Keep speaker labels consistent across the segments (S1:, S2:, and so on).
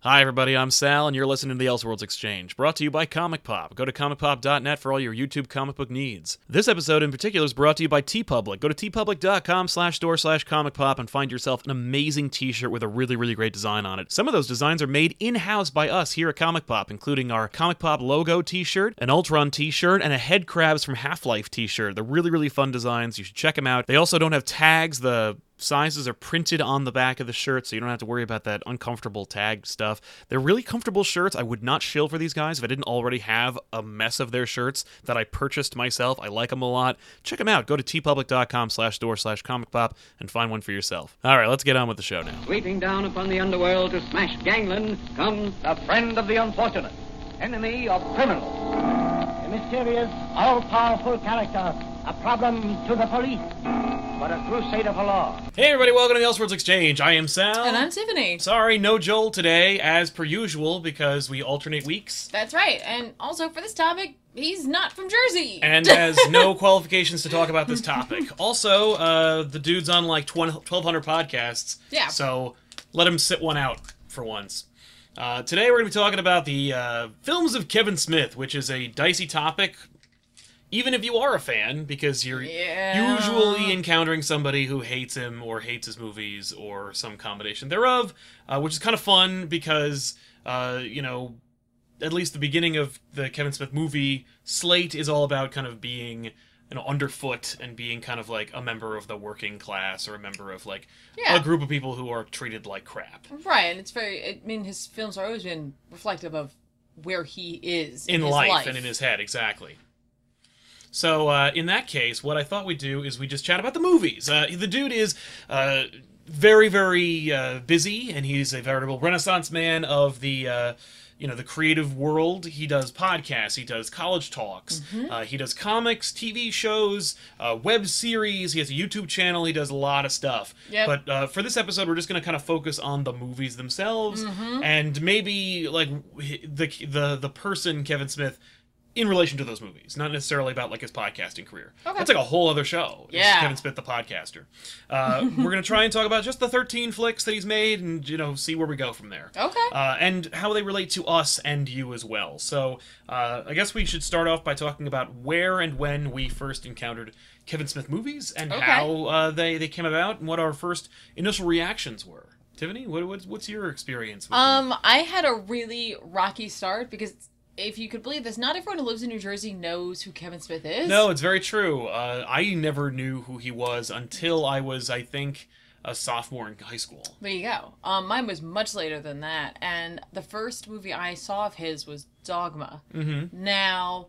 S1: Hi, everybody. I'm Sal, and you're listening to the Elseworlds Exchange, brought to you by Comic Pop. Go to comicpop.net for all your YouTube comic book needs. This episode in particular is brought to you by TeePublic. Go to tpublic.com slash store slash comic pop and find yourself an amazing t-shirt with a really, really great design on it. Some of those designs are made in-house by us here at Comic Pop, including our Comic Pop logo t-shirt, an Ultron t-shirt, and a Headcrabs from Half-Life t-shirt. They're really, really fun designs. You should check them out. They also don't have tags. The sizes are printed on the back of the shirt so you don't have to worry about that uncomfortable tag stuff they're really comfortable shirts i would not shill for these guys if i didn't already have a mess of their shirts that i purchased myself i like them a lot check them out go to tpublic.com slash door slash comic pop and find one for yourself all right let's get on with the show now
S2: Sweeping down upon the underworld to smash gangland comes the friend of the unfortunate, enemy of criminals.
S3: A mysterious, all-powerful character, a problem to the police, but a crusader for law.
S1: hey everybody welcome to the elseworlds exchange i am sal
S4: And I'm Tiffany.
S1: sorry no joel today as per usual because we alternate weeks
S4: That's right. And also for this topic, he's not from Jersey.
S1: and has no qualifications to talk about this topic. Also, uh, the dude's on like 20 1,200 podcasts.
S4: Yeah.
S1: So let him sit one out for once. Uh, today we're going to be talking about the uh, films of Kevin Smith, which is a dicey topic. Even if you are a fan, because you're
S4: Yeah.
S1: usually encountering somebody who hates him or hates his movies or some combination thereof, uh, which is kind of fun because, uh, you know, at least the beginning of the Kevin Smith movie slate is all about kind of being you know underfoot and being kind of like a member of the working class or a member of like
S4: Yeah.
S1: a group of people who are treated like crap
S4: right. And it's very, I mean, his films are always been reflective of where he is
S1: in
S4: his
S1: life, and in his head exactly. So uh, in that case, what I thought we'd do is we just chat about the movies. Uh, the dude is. Uh, very very uh, busy and he's a veritable renaissance man of the uh, you know the creative world he does podcasts he does college talks uh, he does comics tv shows uh, web series he has a youtube channel he does a lot of stuff
S4: Yep.
S1: but uh, for this episode we're just going to kind of focus on the movies themselves
S4: Mm-hmm.
S1: and maybe like wh- the the the person kevin smith in relation to those movies, not necessarily about like his podcasting career.
S4: Okay.
S1: That's like a whole other show. is
S4: Yeah.
S1: Kevin Smith, the podcaster. Uh, we're gonna try and talk about just the 13 flicks that he's made, and you know, see where we go from there.
S4: Okay.
S1: Uh, and how they relate to us and you as well. So uh, I guess we should start off by talking about where and when we first encountered Kevin Smith movies and
S4: Okay.
S1: how uh, they they came about and what our first initial reactions were. Tiffany, what, what's what's your experience? With
S4: Um, I had a really rocky start because if you could believe this, not everyone who lives in New Jersey knows who Kevin Smith is.
S1: No, it's very true. Uh, I never knew who he was until I was, I think, a sophomore in high school.
S4: There you go. Um, mine was much later than that, and the first movie I saw of his was Dogma. Mm-hmm. Now,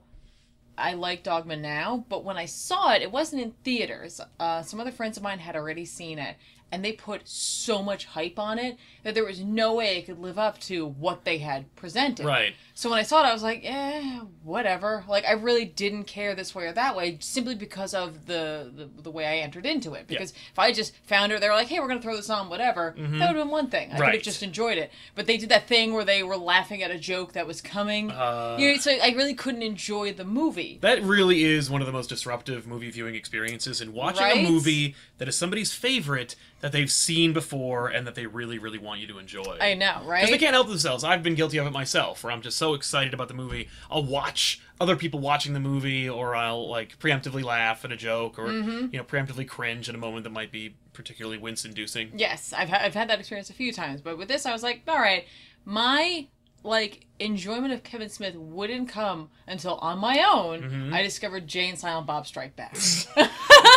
S4: I like Dogma now, but when I saw it, it wasn't in theaters. Uh, some other friends of mine had already seen it, and they put so much hype on it that there was no way it could live up to what they had presented.
S1: Right.
S4: So when I saw it, I was like, eh, whatever. Like I really didn't care this way or that way, simply because of the the, the way I entered into it. Because if I just found her, they were like, hey, we're gonna throw this on, whatever. That would have been one thing. I could
S1: Mm-hmm. Right.
S4: have just enjoyed it. But they did that thing where they were laughing at a joke that was coming.
S1: Uh.
S4: You know, so I really couldn't enjoy the movie.
S1: That really is one of the most disruptive movie viewing experiences. And watching
S4: Right?
S1: a movie that is somebody's favorite that they've seen before and that they really, really want you to enjoy.
S4: I know, right?
S1: Because they can't help themselves. I've been guilty of it myself, where I'm just so excited about the movie, I'll watch other people watching the movie, or I'll like preemptively laugh at a joke, or
S4: Mm-hmm.
S1: you know, preemptively cringe at a moment that might be particularly wince-inducing.
S4: Yes, I've ha- I've had that experience a few times, but with this, I was like, all right, my like enjoyment of Kevin Smith wouldn't come until on my own
S1: Mm-hmm.
S4: I discovered Jane and Silent Bob Strike Back.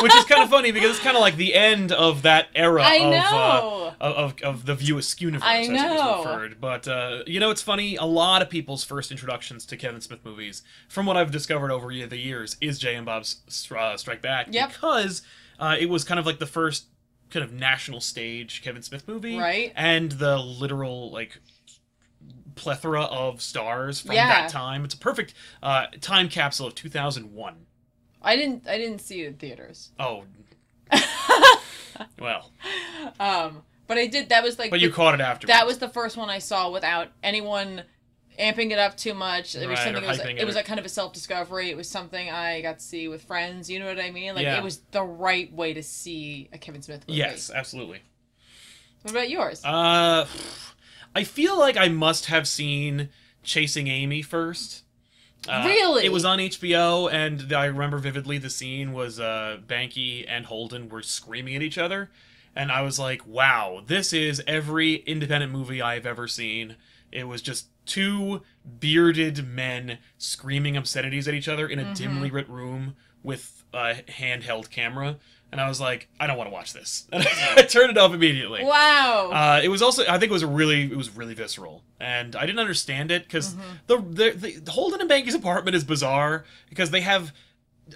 S1: which is kind of funny because it's kind of like the end of that era
S4: I
S1: of,
S4: know.
S1: Uh, of of of the View Askew universe.
S4: I
S1: as it was
S4: know.
S1: referred. But uh, you know, it's funny. A lot of people's first introductions to Kevin Smith movies, from what I've discovered over the years, is Jay and Bob's Str- uh, Strike Back
S4: Yep.
S1: because uh, it was kind of like the first kind of national stage Kevin Smith movie,
S4: Right.
S1: And the literal like plethora of stars from
S4: Yeah.
S1: that time. It's a perfect uh, time capsule of 2001.
S4: I didn't I didn't see it in theaters,
S1: Oh. well,
S4: um, but I did. That was like
S1: but
S4: the-
S1: you caught it afterwards.
S4: that was the first one I saw without anyone amping it up too much. It was
S1: Right, or
S4: something. It was,
S1: hyping
S4: it
S1: it
S4: was
S1: or-
S4: like kind of a self discovery. It was something I got to see with friends. You know what I mean? Like
S1: Yeah.
S4: it was the right way to see a Kevin Smith movie.
S1: yes, absolutely.
S4: What about yours?
S1: Uh, I feel like I must have seen Chasing Amy first. Uh,
S4: Really?
S1: It was on HBO, and I remember vividly the scene was uh, Banky and Holden were screaming at each other, and I was like, "Wow, this is every independent movie I've ever seen." It was just two bearded men screaming obscenities at each other in a dimly lit room with a handheld camera, and I was like, "I don't want to watch this." And I turned it off immediately.
S4: Wow.
S1: Uh, it was also, I think, it was a really, it was really visceral, and I didn't understand it because
S4: Mm-hmm.
S1: the, the the Holden and Banky's apartment is bizarre because they have,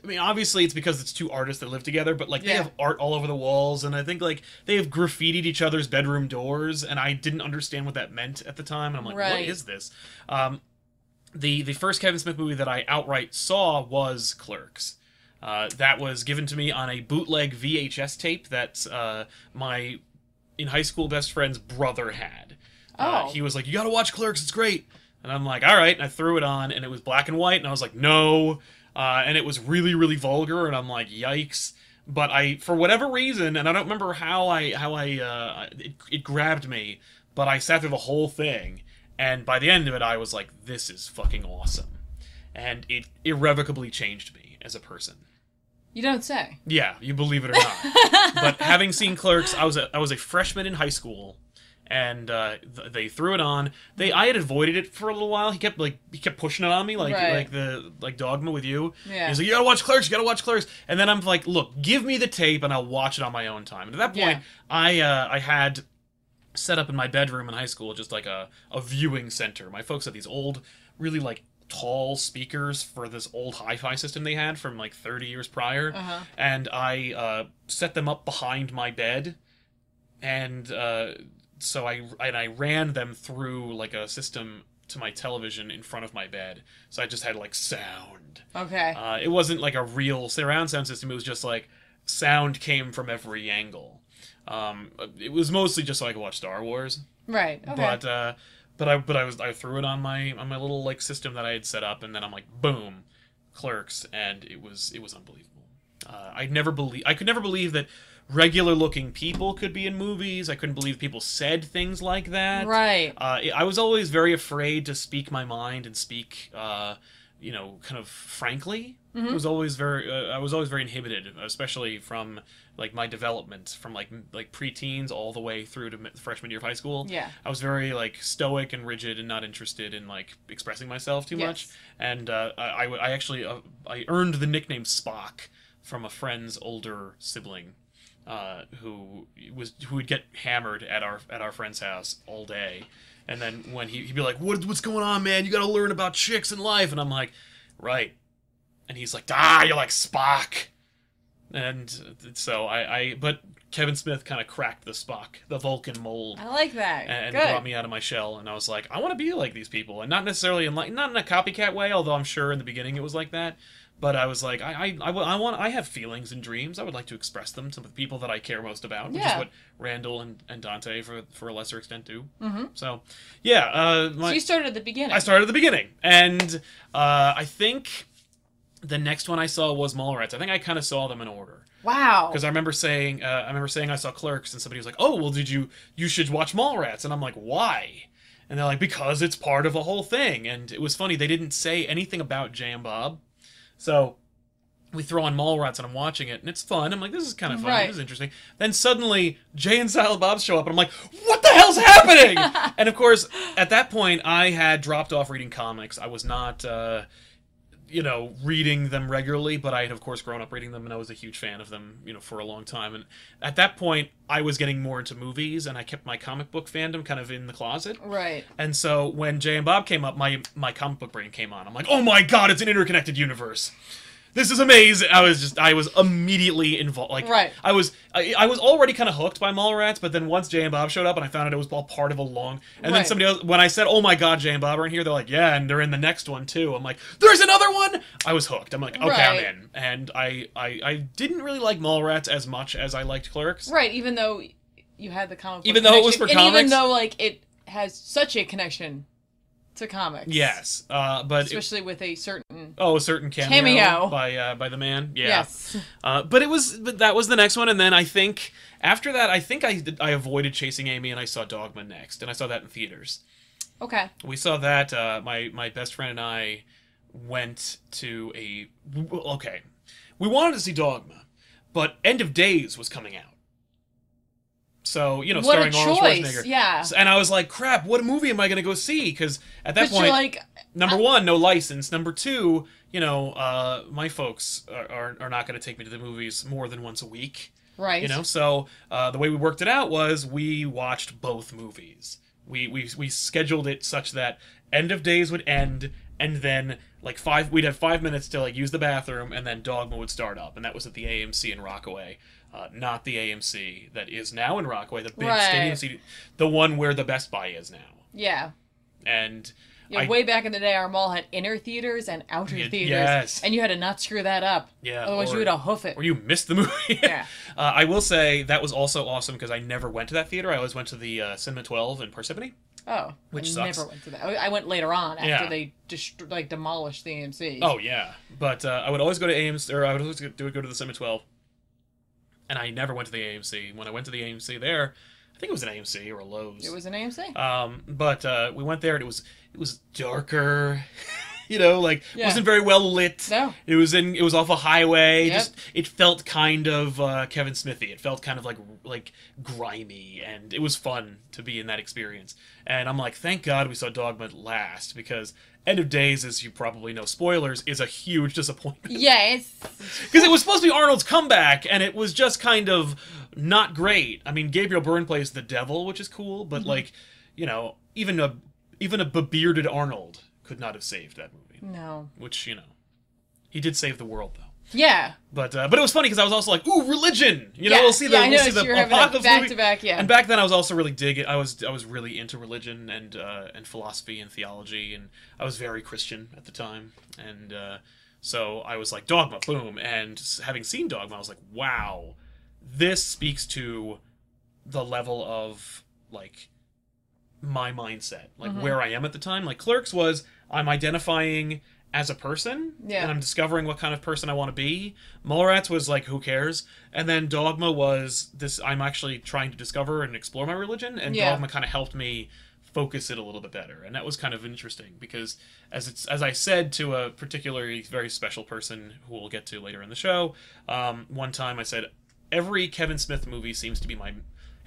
S1: I mean, obviously it's because it's two artists that live together, but like they
S4: Yeah.
S1: have art all over the walls, and I think like they have graffitied each other's bedroom doors, and I didn't understand what that meant at the time, and I'm like, what
S4: Right.
S1: is this? Um, the the first Kevin Smith movie that I outright saw was Clerks. Uh, that was given to me on a bootleg VHS tape that uh, my in high school best friend's brother had. Uh,
S4: Oh.
S1: he was like, "You got to watch Clerks. It's great." And I'm like, "All right." And I threw it on, and it was black and white, and I was like, "No." Uh, and it was really, really vulgar, and I'm like, "Yikes." But I, for whatever reason, and I don't remember how I, how I, uh, it, it grabbed me, but I sat through the whole thing, and by the end of it, I was like, "This is fucking awesome," and it irrevocably changed me as a person.
S4: you don't say.
S1: Yeah, you believe it or not. but having seen Clerks, I was a, I was a freshman in high school, and uh, th- they threw it on. They I had avoided it for a little while. He kept like he kept pushing it on me, like
S4: Right.
S1: like the like Dogma with you.
S4: Yeah.
S1: He's like, you gotta watch Clerks, you gotta watch Clerks. And then I'm like, look, give me the tape, and I'll watch it on my own time. And at that point,
S4: Yeah.
S1: I uh, I had set up in my bedroom in high school just like a, a viewing center. My folks had these old, really like tall speakers for this old hi-fi system they had from like 30 years prior
S4: Uh-huh.
S1: and i uh, set them up behind my bed and uh, so i and i ran them through like a system to my television in front of my bed so i just had like sound
S4: Okay.
S1: uh, it wasn't like a real surround sound system. It was just like sound came from every angle. Um, it was mostly just so I could watch Star Wars.
S4: right. Okay.
S1: But uh, but I but I was I threw it on my on my little like system that I had set up, and then I'm like boom, Clerks, and it was it was unbelievable. Uh, I never believe I could never believe that regular looking people could be in movies. I couldn't believe people said things like that.
S4: right.
S1: Uh, I was always very afraid to speak my mind and speak, uh, you know, kind of frankly.
S4: Mm-hmm.
S1: It was always very, uh, I was always very inhibited, especially from like my development, from like m- like preteens all the way through to mi- freshman year of high school.
S4: Yeah.
S1: I was very like stoic and rigid and not interested in like expressing myself too much.
S4: Yes.
S1: And uh, I, I w- I actually uh, I earned the nickname Spock from a friend's older sibling. Uh, who was who would get hammered at our at our friend's house all day, and then when he he'd be like, "What what's going on, man? You got to learn about chicks and life," and I'm like, "Right," and he's like, "Ah, you're like Spock," and so I I but Kevin Smith kind of cracked the Spock the Vulcan mold
S4: I like that.
S1: and, and
S4: Good.
S1: brought me out of my shell and i was like i want to be like these people and not necessarily in like not in a copycat way although i'm sure in the beginning it was like that but i was like i i, I, wa- I want i have feelings and dreams i would like to express them to the people that i care most about which is
S4: Yeah.
S1: what randall and, and dante for for a lesser extent do
S4: Mhm.
S1: so yeah uh my,
S4: so you started at the beginning.
S1: I started at the beginning, and uh, I think the next one I saw was Mallrats. I think I kind of saw them in order
S4: wow.
S1: because I remember saying uh, I remember saying I saw Clerks, and somebody was like, "Oh, well, did you you should watch Mallrats?" And I'm like, "Why?" And they're like, "Because it's part of a whole thing." And it was funny; they didn't say anything about Jam Bob, so we throw on Mallrats, and I'm watching it, and it's fun. I'm like, "This is kind of fun.
S4: Right.
S1: This is interesting." Then suddenly, Jay and Silent Bob show up, and I'm like, "What the hell's happening?" and of course, at that point, I had dropped off reading comics. I was not. Uh, you know, reading them regularly, but I had of course grown up reading them and I was a huge fan of them, you know, for a long time. And at that point, I was getting more into movies and I kept my comic book fandom kind of in the closet.
S4: Right.
S1: And so when Jay and Bob came up, my my comic book brain came on. I'm like, "Oh my god, it's an interconnected universe." This is amazing. I was just I was immediately involved like
S4: Right.
S1: I was I, I was already kind of hooked by Mallrats, but then once Jay and Bob showed up and I found out it was all part of a long and then
S4: Right.
S1: somebody else when I said, "Oh my god, Jay and Bob are in here." They're like, "Yeah, and they're in the next one too." I'm like, "There's another one?" I was hooked. I'm like, "Okay, I'm
S4: Right.
S1: in." And I, I I didn't really like Mallrats as much as I liked Clerks.
S4: Right. Even though you had the comic, book
S1: Even though it was
S4: connection,
S1: for
S4: and
S1: comics?
S4: even though like it has such a connection to to comics.
S1: Yes, uh, but it-
S4: Especially with a certain.
S1: oh, a certain cameo,
S4: Cameo.
S1: by uh, by the man. Yeah.
S4: Yes.
S1: Uh, but it was but that was the next one, and then I think after that, I think I I avoided chasing Amy, and I saw Dogma next, and I saw that in theaters.
S4: Okay.
S1: We saw that. Uh, my my best friend and I went to a okay. We wanted to see Dogma, but End of Days was coming out. So you know,
S4: What a
S1: starring Arnold
S4: choice,
S1: Schwarzenegger.
S4: yeah.
S1: And I was like, "Crap! What movie am I going to go see?" Because at that
S4: But
S1: point,
S4: you're like,
S1: number one, no license. Number two, you know, uh, my folks are, are, are not going to take me to the movies more than once a week.
S4: right.
S1: You know, so uh, the way we worked it out was we watched both movies. We, we we scheduled it such that end of days would end, and then like five we'd have five minutes to like use the bathroom, and then Dogma would start up, and that was at the AMC in Rockaway, uh, not the AMC that is now in Rockaway, the big
S4: Right.
S1: stadium seat, the one where the Best Buy is now,
S4: Yeah.
S1: and
S4: Yeah,
S1: I-
S4: way back in the day, our mall had inner theaters and outer
S1: Yeah,
S4: theaters,
S1: yes.
S4: and you had to not screw that up.
S1: Yeah,
S4: otherwise
S1: or-
S4: you would have hoof it.
S1: or you missed the movie.
S4: Yeah.
S1: uh, I will say that was also awesome because I never went to that theater. I always went to the uh, Cinema 12 in Parsippany.
S4: oh,
S1: Which
S4: I
S1: sucks.
S4: never went to that. I I went later on after
S1: Yeah.
S4: they dest- like demolished the AMC.
S1: Oh yeah, but uh, I would always go to AMC or I would always go go to the Cinema 12, and I never went to the AMC. When I went to the AMC there, I think it was an AMC or a Lowe's.
S4: it was an AMC.
S1: Um, but uh, we went there and it was it was darker. you know, like
S4: Yeah.
S1: wasn't very well lit.
S4: No.
S1: It was in it was off a highway.
S4: Yep.
S1: Just it felt kind of uh, Kevin Smithy. It felt kind of like like grimy and it was fun to be in that experience. And I'm like, thank God we saw Dogma last because End of Days, as you probably know, spoilers, is a huge disappointment.
S4: yeah, it's
S1: Because it was supposed to be Arnold's comeback, and it was just kind of not great. I mean, Gabriel Byrne plays the devil, which is cool, but like, you know, even a even a bearded Arnold could not have saved that movie.
S4: no.
S1: Which you know, he did save the world though.
S4: Yeah,
S1: But uh, but it was funny because I was also like, ooh, religion. You know,
S4: Yeah,
S1: we'll see the
S4: yeah, I
S1: we'll see
S4: noticed
S1: the
S4: you were having, like,
S1: apocalypse
S4: back
S1: movie.
S4: to back, yeah.
S1: And back then, I was also really digging. I was I was really into religion and uh, and philosophy and theology, and I was very Christian at the time. And uh, so I was like, Dogma, boom. And s- having seen Dogma, I was like, wow, this speaks to the level of like my mindset, like
S4: Mm-hmm.
S1: where I am at the time. Like Clerks was, I'm identifying as a person,
S4: Yeah.
S1: and I'm discovering what kind of person I want to be. Mallrats was like, who cares? And then Dogma was this. I'm actually trying to discover and explore my religion, and
S4: Yeah.
S1: Dogma kind of helped me focus it a little bit better, and that was kind of interesting because as it's as I said to a particularly very special person who we'll get to later in the show, um, one time I said every Kevin Smith movie seems to be my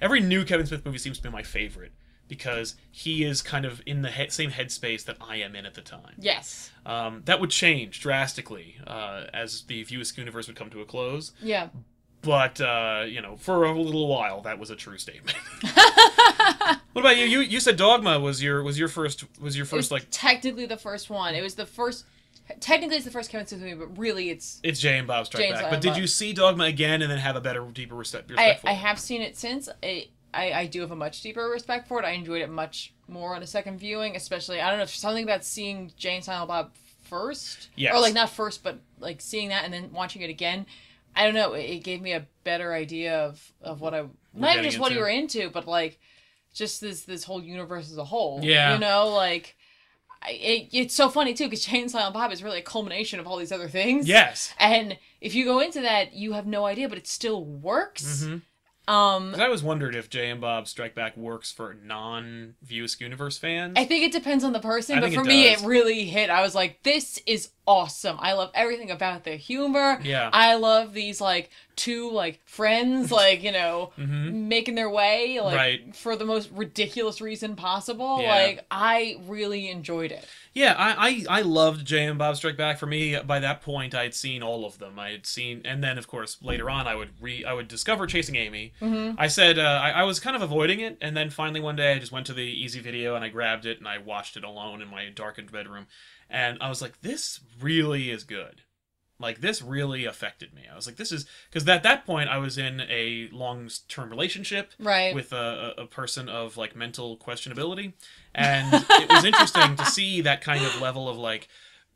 S1: every new Kevin Smith movie seems to be my favorite because he is kind of in the he- same headspace that I am in at the time.
S4: yes,
S1: Um, that would change drastically uh, as the Viewisk universe would come to a close,
S4: yeah.
S1: but uh, you know, for a little while, that was a true statement. what about you? You you said Dogma was your was your first was your
S4: It was
S1: first like
S4: technically the first one. It was the first. Technically, it's the first Kevin Smith movie, but really, it's
S1: it's Jay and Bob Strike
S4: Jay and
S1: Back.
S4: Silent
S1: but did
S4: Bob.
S1: you see Dogma again and then have a better, deeper respect?
S4: I,
S1: respect for
S4: I
S1: it?
S4: have seen it since. I, I I do have a much deeper respect for it. I enjoyed it much more on a second viewing, especially I don't know if something about seeing Jane Silent Bob first,
S1: Yes.
S4: or like not first, but like seeing that and then watching it again. I don't know. It, it gave me a better idea of of what I not even
S1: getting
S4: just what
S1: into.
S4: you were into, but like just this this whole universe as a whole.
S1: Yeah.
S4: you know, like. I- It, it's so funny too because Jane Silent Bob is really a culmination of all these other things.
S1: Yes,
S4: And if you go into that, you have no idea, but it still works. Um,
S1: Mm-hmm. 'Cause I always wondered if Jay and Bob Strike Back works for non Viewisk universe fans.
S4: I think it depends on the person,
S1: I
S4: but
S1: think
S4: for
S1: it
S4: me,
S1: does.
S4: it really hit. I was like, this is awesome. I love everything about their humor.
S1: Yeah.
S4: I love these, like, two, like, friends, like, you know, making their way, like,
S1: Mm-hmm. Right.
S4: for the most ridiculous reason possible.
S1: Yeah.
S4: Like, I really enjoyed it.
S1: Yeah, I, I I loved Jay and Bob Strike Back. For me, by that point, I had seen all of them. I had seen, and then of course later on, I would re I would discover Chasing Amy. I said uh, I, I was kind of avoiding it, and then finally one day I just went to the Easy Video and I grabbed it and I watched it alone in my darkened bedroom, and I was like, this really is good. Like this really affected me. I was like, this is because at that point I was in a long term relationship
S4: Right.
S1: with a, a a person of like mental questionability, and it was interesting to see that kind of level of like,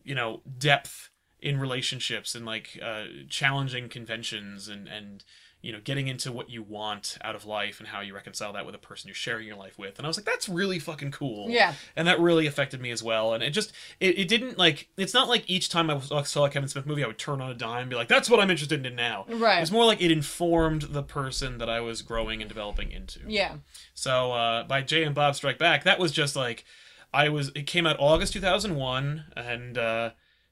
S1: you know, depth in relationships and like uh, challenging conventions and and you know, getting into what you want out of life and how you reconcile that with a person you're sharing your life with. And I was like, that's really fucking cool.
S4: Yeah.
S1: And that really affected me as well. And it just, it, it didn't like, it's not like each time I was- saw a Kevin Smith movie, I would turn on a dime and be like, that's what I'm interested in now.
S4: Right.
S1: It's more like it informed the person that I was growing and developing into.
S4: Yeah.
S1: So uh, by Jay and Bob Strike Back, that was just like I was. It came out August 2001, and uh,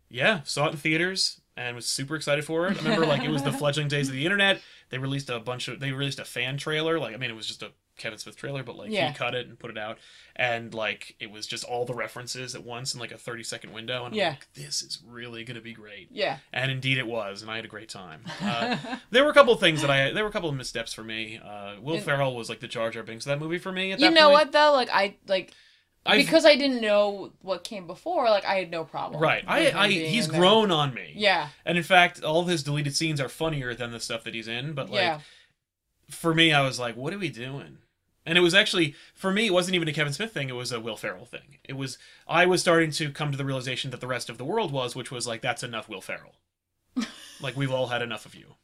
S1: yeah, saw it in theaters and was super excited for it. I remember like it was the fledgling days of the internet. They released a bunch of. They released a fan trailer. Like I mean, it was just a Kevin Smith trailer, but like
S4: Yeah.
S1: he cut it and put it out, and like it was just all the references at once in like a 30 second window. And I'm
S4: Yeah.
S1: like, this is really gonna be great.
S4: Yeah.
S1: And indeed, it was, and I had a great time. Uh, there were a couple of things that I there were a couple of missteps for me. Uh, Will
S4: And-
S1: Ferrell was like the Jar Jar Binks of that movie for me. At
S4: You
S1: that
S4: know
S1: point.
S4: what though? Like I like
S1: I've-
S4: because I didn't know what came before. Like I had no problem.
S1: right, I,
S4: with him
S1: I
S4: being
S1: he's
S4: in there.
S1: grown on me.
S4: Yeah.
S1: and in fact, all of his deleted scenes are funnier than the stuff that he's in. But like
S4: yeah.
S1: for me, I was like, what are we doing? And it was actually for me, it wasn't even a Kevin Smith thing. It was a Will Ferrell thing. It was I was starting to come to the realization that the rest of the world was, which was like, that's enough, Will Ferrell. like we've all had enough of you.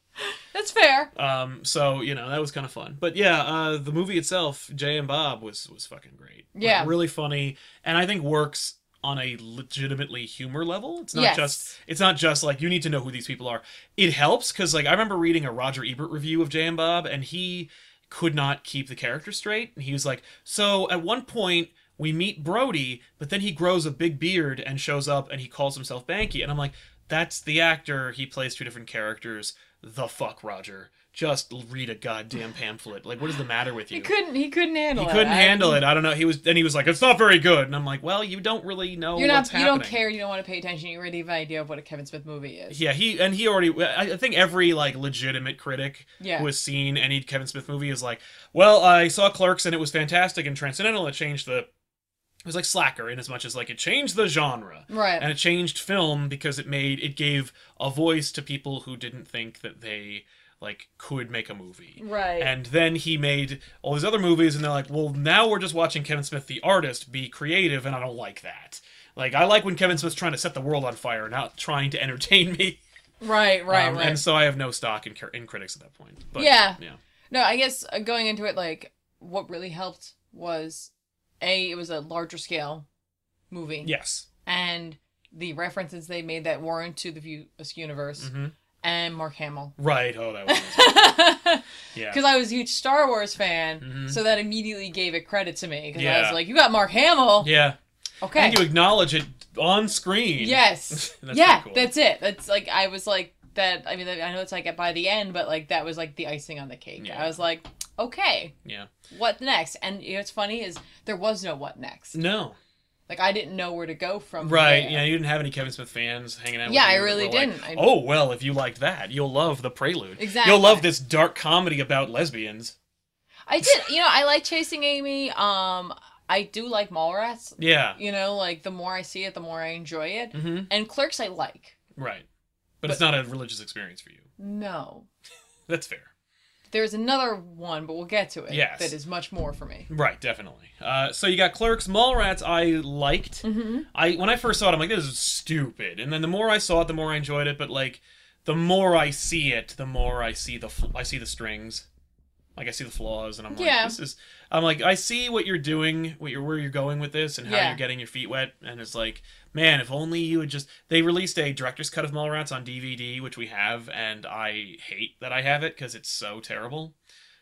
S4: That's fair.
S1: Um, so you know that was kind of fun, but yeah, uh, the movie itself, Jay and Bob, was was fucking great. Like,
S4: Yeah.
S1: really funny, and I think works on a legitimately humor level. It's not
S4: Yes.
S1: just it's not just like you need to know who these people are. It helps because like I remember reading a Roger Ebert review of Jay and Bob, and he could not keep the character straight. And he was like, so at one point. We meet Brody, but then he grows a big beard and shows up and he calls himself Banky. And I'm like, that's the actor. He plays two different characters. The fuck, Roger. Just read a goddamn pamphlet. Like, what is the matter with you?
S4: He couldn't. He couldn't handle.
S1: He
S4: it.
S1: couldn't
S4: I-
S1: handle it. I don't know. He was, and he was like, "It's not very good." And I'm like, "Well, you don't really know
S4: You're
S1: what's
S4: not. You
S1: happening."
S4: don't care. You don't want to pay attention. You already have an idea of what a Kevin Smith movie is.
S1: Yeah, he and he already. I I think every like legitimate critic
S4: Yeah.
S1: who has seen any Kevin Smith movie is like, "Well, I saw Clerks and it was fantastic and transcendental. It changed the." It was like Slacker in as much as like it changed the genre.
S4: Right.
S1: And it changed film because it made it gave a voice to people who didn't think that they like could make a movie.
S4: Right.
S1: And then he made all these other movies, and they're like, well, now we're just watching Kevin Smith, the artist, be creative, and I don't like that. Like, I like when Kevin Smith's trying to set the world on fire, not trying to entertain me.
S4: Right. Right.
S1: Um,
S4: right.
S1: And so I have no stock in, cr- in critics at that point. But,
S4: Yeah.
S1: Yeah.
S4: No, I guess uh, going into it, like what really helped was a it was a larger scale movie,
S1: Yes.
S4: and the references they made that were into the View uh, universe,
S1: Mm-hmm.
S4: and Mark Hamill.
S1: Right. Oh, that was. Yeah.
S4: Because I was a huge Star Wars fan,
S1: Mhm.
S4: so that immediately gave it credit to me. Because I
S1: Yeah.
S4: was like, "You got Mark Hamill,
S1: yeah.
S4: okay?"
S1: And you acknowledge it on screen.
S4: yes,
S1: That's
S4: yeah,
S1: pretty cool.
S4: that's it. That's like I was like that. I mean, I know it's like by the end, but like that was like the icing on the cake.
S1: Yeah.
S4: I was like, "Okay,
S1: Yeah.
S4: what next?" And you know, what's funny is there was no what next.
S1: No.
S4: Like I didn't know where to go from.
S1: Right.
S4: there.
S1: Yeah. You didn't have any Kevin Smith fans hanging out.
S4: Yeah,
S1: with you
S4: I
S1: that
S4: really
S1: were like,
S4: didn't. I-
S1: oh well, if you liked that, you'll love the Prelude.
S4: Exactly.
S1: You'll love this dark comedy about lesbians.
S4: I did. You know, I like chasing Amy. Um, I do like Mallrats.
S1: Yeah.
S4: You know, like the more I see it, the more I enjoy it.
S1: Mm-hmm.
S4: And Clerks, I like.
S1: Right. But, it's not a religious experience for you.
S4: No,
S1: That's fair.
S4: there's another one, but we'll get to it.
S1: Yes.
S4: that is much more for me.
S1: Right, definitely. Uh, so you got Clerks, Mallrats. I liked.
S4: Mm-hmm.
S1: I when I first saw it, I'm like, this is stupid. And then the more I saw it, the more I enjoyed it. But like, the more I see it, the more I see the fl- I see the strings. Like I see the flaws, and I'm like,
S4: Yeah.
S1: this is. I'm like, I see what you're doing, what you're where you're going with this, and how
S4: Yeah.
S1: you're getting your feet wet. And it's like, man, if only you would just. They released a director's cut of Mallrats on DVD, which we have, and I hate that I have it because it's so terrible.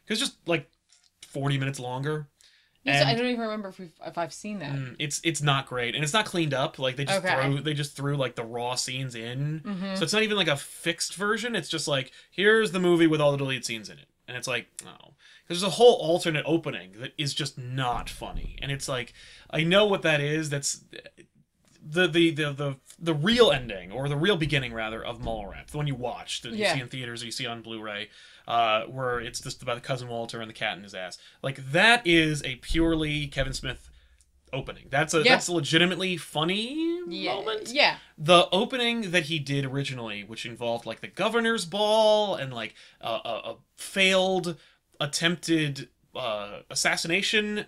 S1: Because just like 40 minutes longer. And-
S4: I don't even remember if, we've, if I've seen that.
S1: Mm, it's it's not great, and it's not cleaned up. Like they just
S4: Okay.
S1: throw they just threw like the raw scenes in,
S4: Mhm.
S1: so it's not even like a fixed version. It's just like here's the movie with all the deleted scenes in it, and it's like oh, 'Cause there's a whole alternate opening that is just not funny, and it's like I know what that is. That's the the the the, the real ending or the real beginning rather of Mallrats, the one you watch that
S4: Yeah.
S1: you see in theaters or you see on Blu-ray, uh, where it's just about cousin Walter and the cat in his ass. Like that is a purely Kevin Smith opening. That's a
S4: Yeah.
S1: that's a legitimately funny
S4: Yeah,
S1: moment.
S4: yeah,
S1: The opening that he did originally, which involved like the governor's ball and like a, a, a failed attempted uh, assassination,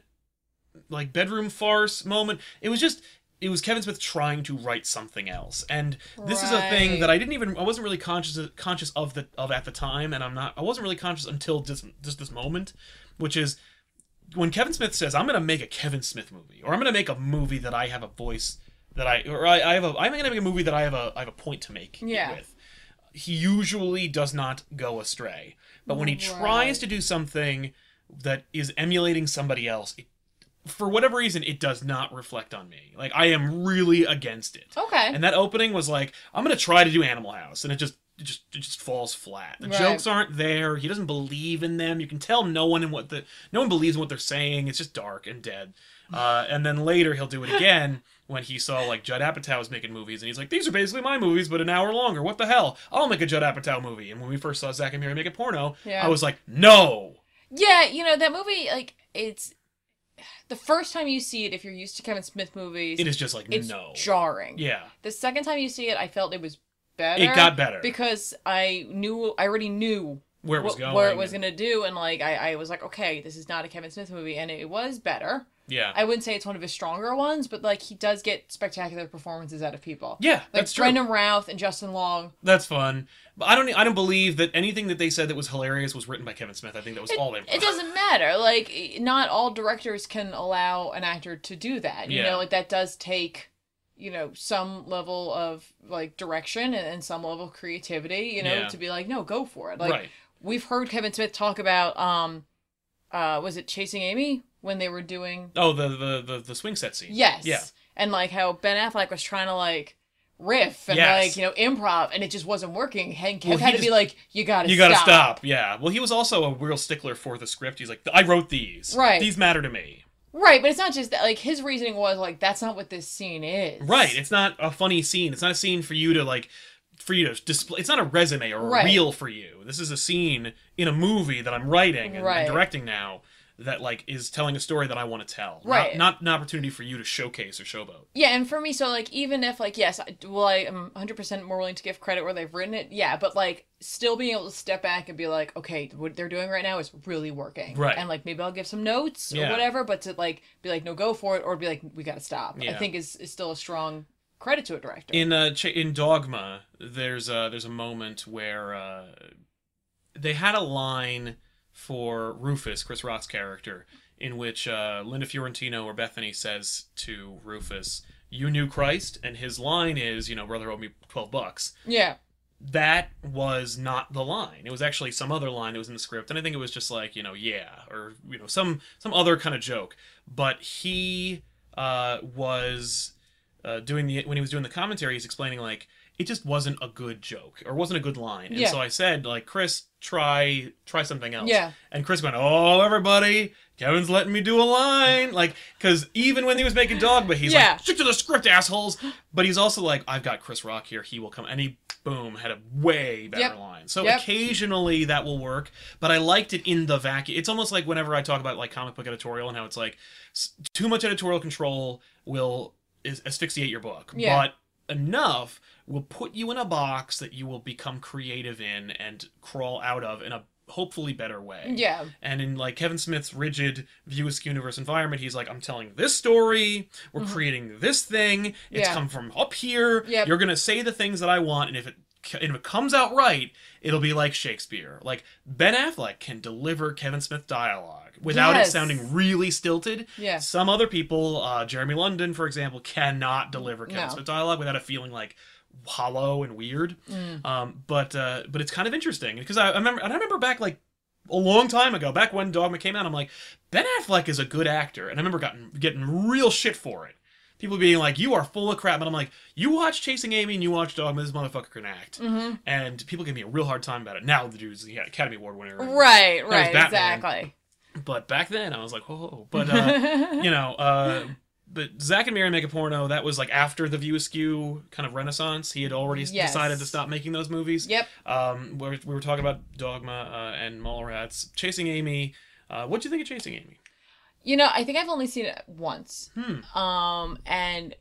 S1: like bedroom farce moment. It was just it was Kevin Smith trying to write something else. And this is a thing
S4: Right.
S1: that I didn't even I wasn't really conscious conscious of the of at the time and I'm not I wasn't really conscious until just just this moment, which is when Kevin Smith says, "I'm going to make a Kevin Smith movie," or "I'm going to make a movie that I have a voice that I or I, I have a I'm going to make a movie that I have a I have a point to make
S4: Yeah.
S1: with," he usually does not go astray. But when he tries
S4: Right.
S1: to do something that is emulating somebody else, it, for whatever reason, it does not reflect on me. Like I am really against it.
S4: Okay.
S1: And that opening was like, I'm gonna try to do Animal House, and it just it just it just falls flat. The
S4: Right.
S1: jokes aren't there. He doesn't believe in them. You can tell no one in what the no one believes in what they're saying. It's just dark and dead. Uh, and then later he'll do it again when he saw like Judd Apatow was making movies, and he's like, "These are basically my movies, but an hour longer. What the hell? I'll make a Judd Apatow movie." And when we first saw Zack and Miri make a porno,
S4: Yeah.
S1: I was like, "No."
S4: Yeah, you know that movie. Like it's the first time you see it. If you're used to Kevin Smith movies,
S1: It is just like
S4: it's
S1: no.
S4: jarring.
S1: yeah.
S4: The second time you see it, I felt it was better.
S1: It got better.
S4: because I knew I already knew
S1: Where it was
S4: what-
S1: going.
S4: where it was
S1: and-
S4: gonna do, and like I, I was like, okay, this is not a Kevin Smith movie, and it was better.
S1: Yeah.
S4: I wouldn't say it's one of his stronger ones, but like he does get spectacular performances out of people.
S1: Yeah,
S4: like
S1: that's true.
S4: Brendan Routh and Justin Long.
S1: That's fun. But I don't e, I don't believe that anything that they said that was hilarious was written by Kevin Smith. I think that was all they
S4: It doesn't matter. Like, not all directors can allow an actor to do that. You
S1: Yeah.
S4: know, like that does take, you know, some level of like direction and, and some level of creativity. You know,
S1: Yeah.
S4: to be like, no, go for it. Like
S1: Right.
S4: we've heard Kevin Smith talk about, um, uh, was it Chasing Amy when they were doing?
S1: Oh, the, the the the swing set scene.
S4: Yes.
S1: Yeah.
S4: And like how Ben Affleck was trying to like riff and
S1: Yes.
S4: like you know improv and it just wasn't working. Hank Kev
S1: Well, he
S4: had to
S1: just-
S4: be like, you gotta
S1: You gotta stop. Yeah. Well, he was also a real stickler for the script. He's like, I wrote these.
S4: Right.
S1: These matter to me.
S4: Right, but it's not just that. Like his reasoning was like that's not what this scene is.
S1: Right. It's not a funny scene. It's not a scene for you to like, for you to display. It's not a resume or a
S4: Right.
S1: reel for you. This is a scene in a movie that I'm writing and, and
S4: Right.
S1: directing now that like is telling a story that I want to tell. Not-
S4: Right.
S1: Not, an opportunity for you to showcase or showboat.
S4: Yeah, and for me, so like even if like yes, I- well I am 100 percent more willing to give credit where they've written it. Yeah, but like still being able to step back and be like, okay, what they're doing right now is really working.
S1: Right.
S4: And like maybe I'll give some notes
S1: Yeah.
S4: or whatever, but to like be like no, go for it, or be like we gotta stop.
S1: Yeah.
S4: I think is is still a strong credit to a director.
S1: In uh, Ch- in Dogma, there's a there's a moment where uh, they had a line for Rufus, Chris Rock's character, in which uh, Linda Fiorentino or Bethany says to Rufus, "You knew Christ," and his line is, "You know, brother owed me twelve bucks."
S4: yeah.
S1: That was not the line. It was actually some other line that was in the script, and I think it was just like, you know, yeah, or you know, some some other kind of joke. But he uh, was uh, doing the when he was doing the commentary, he's explaining like it just wasn't a good joke or wasn't a good line. And
S4: Yeah.
S1: so I said like, Chris, try try something else.
S4: Yeah.
S1: And Chris went, oh everybody, Kevin's letting me do a line like because even when he was making Dogma, he's
S4: Yeah.
S1: like stick to the script, assholes. But he's also like, I've got Chris Rock here, he will come. And he boom had a way better
S4: Yep.
S1: line. So
S4: Yep.
S1: occasionally that will work, but I liked it in the vacuum. It's almost like whenever I talk about like comic book editorial and how it's like s- too much editorial control will is asphyxiate your book,
S4: Yeah.
S1: but enough will put you in a box that you will become creative in and crawl out of in a hopefully better way.
S4: Yeah.
S1: And in like Kevin Smith's rigid view askew universe environment, he's like, I'm telling this story, we're creating this thing, it's
S4: Mm-hmm. Yeah.
S1: come from up here,
S4: Yep.
S1: you're gonna say the things that I want, and if it and if it comes out right, it'll be like Shakespeare. Like Ben Affleck can deliver Kevin Smith dialogue without it
S4: Yes.
S1: sounding really stilted.
S4: Yeah.
S1: Some other people, uh, Jeremy London, for example, cannot deliver Kevin
S4: No.
S1: Smith dialogue without it feeling like hollow and weird.
S4: Mm.
S1: Um, but uh, but it's kind of interesting because I, I remember and I remember back like a long time ago, back when Dogma came out, I'm like, Ben Affleck is a good actor, and I remember gotten, getting real shit for it. People being like, "You are full of crap," and I'm like, "You watch Chasing Amy and you watch Dogma. This motherfucker can act."
S4: Mm. Mm-hmm.
S1: And people give me a real hard time about it. Now the dude's the Academy Award winner, and-
S4: Right.
S1: was
S4: Right.
S1: Batman.
S4: Exactly.
S1: but back then I was like, "Whoa!" But uh, you know, uh, but Zach and Mary make a porno. That was like after the View Askew kind of renaissance. He had already s-
S4: Yes.
S1: decided to stop making those movies.
S4: Yep.
S1: Um, we were, we were talking about Dogma uh, and Mallrats, Chasing Amy. Uh, what do you think of Chasing Amy?
S4: You know, I think I've only seen it once.
S1: Hmm.
S4: Um, and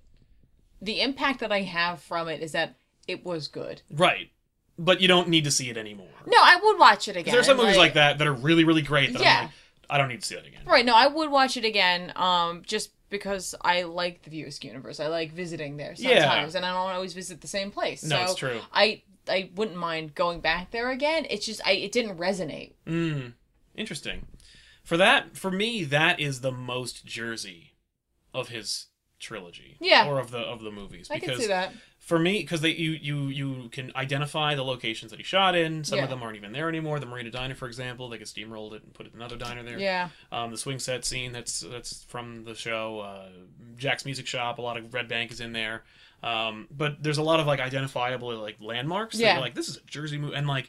S4: the impact that I have from it is that it was good.
S1: Right, but you don't need to see it anymore.
S4: No, I would watch it again.
S1: there are some movies like, that that are really really great. That
S4: Yeah.
S1: I'm like, I don't need to see that again.
S4: Right. No, I would watch it again. Um, just because I like the Viewisk universe. I like visiting there
S1: Yeah.
S4: sometimes, and I don't always visit the same place.
S1: No,
S4: so
S1: it's true.
S4: I I wouldn't mind going back there again. It's just I it didn't resonate.
S1: Hmm. Interesting. For that, for me, that is the most Jersey of his trilogy.
S4: Yeah.
S1: Or of the of the movies.
S4: I can see that.
S1: For me, because they you you you can identify the locations that he shot in. Some
S4: Yeah.
S1: of them aren't even there anymore. The Marina Diner, for example, they could steamrolled it and put it in another diner there.
S4: Yeah.
S1: Um, the swing set scene that's that's from the show. Uh, Jack's Music Shop. A lot of Red Bank is in there. Um, but there's a lot of like identifiable like landmarks. Yeah.
S4: Yeah.
S1: like this is a Jersey movie, and like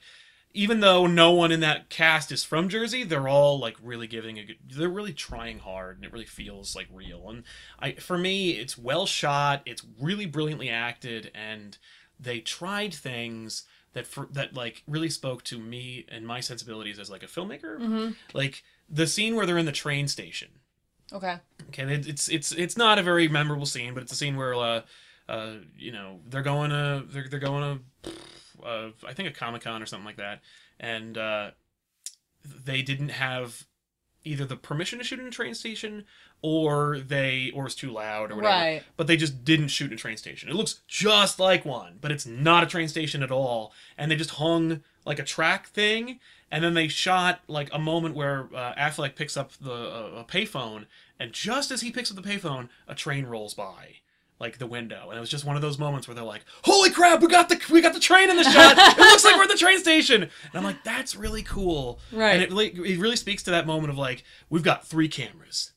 S1: even though no one in that cast is from Jersey, they're all like really giving a good. They're really trying hard, and it really feels like real. And I, for me, it's well shot. It's really brilliantly acted, and they tried things that for that like really spoke to me and my sensibilities as like a filmmaker. Like the scene where they're in the train station.
S4: Okay.
S1: Okay, it, it's it's it's not a very memorable scene, but it's a scene where uh, uh, you know, they're going to they're they're going to, uh, I think a comic con or something like that, and uh, they didn't have either the permission to shoot in a train station or they or it's too loud or whatever.
S4: Right.
S1: But they just didn't shoot in a train station. It looks just like one, but it's not a train station at all. And they just hung like a track thing. And then they shot like a moment where uh, Affleck picks up the uh, a payphone, and just as he picks up the payphone, a train rolls by, like the window. And it was just one of those moments where they're like, "Holy crap, we got the we got the train in the shot! It looks like we're at the train station." And I'm like, "That's really cool."
S4: Right.
S1: And it really, it really speaks to that moment of like, we've got three cameras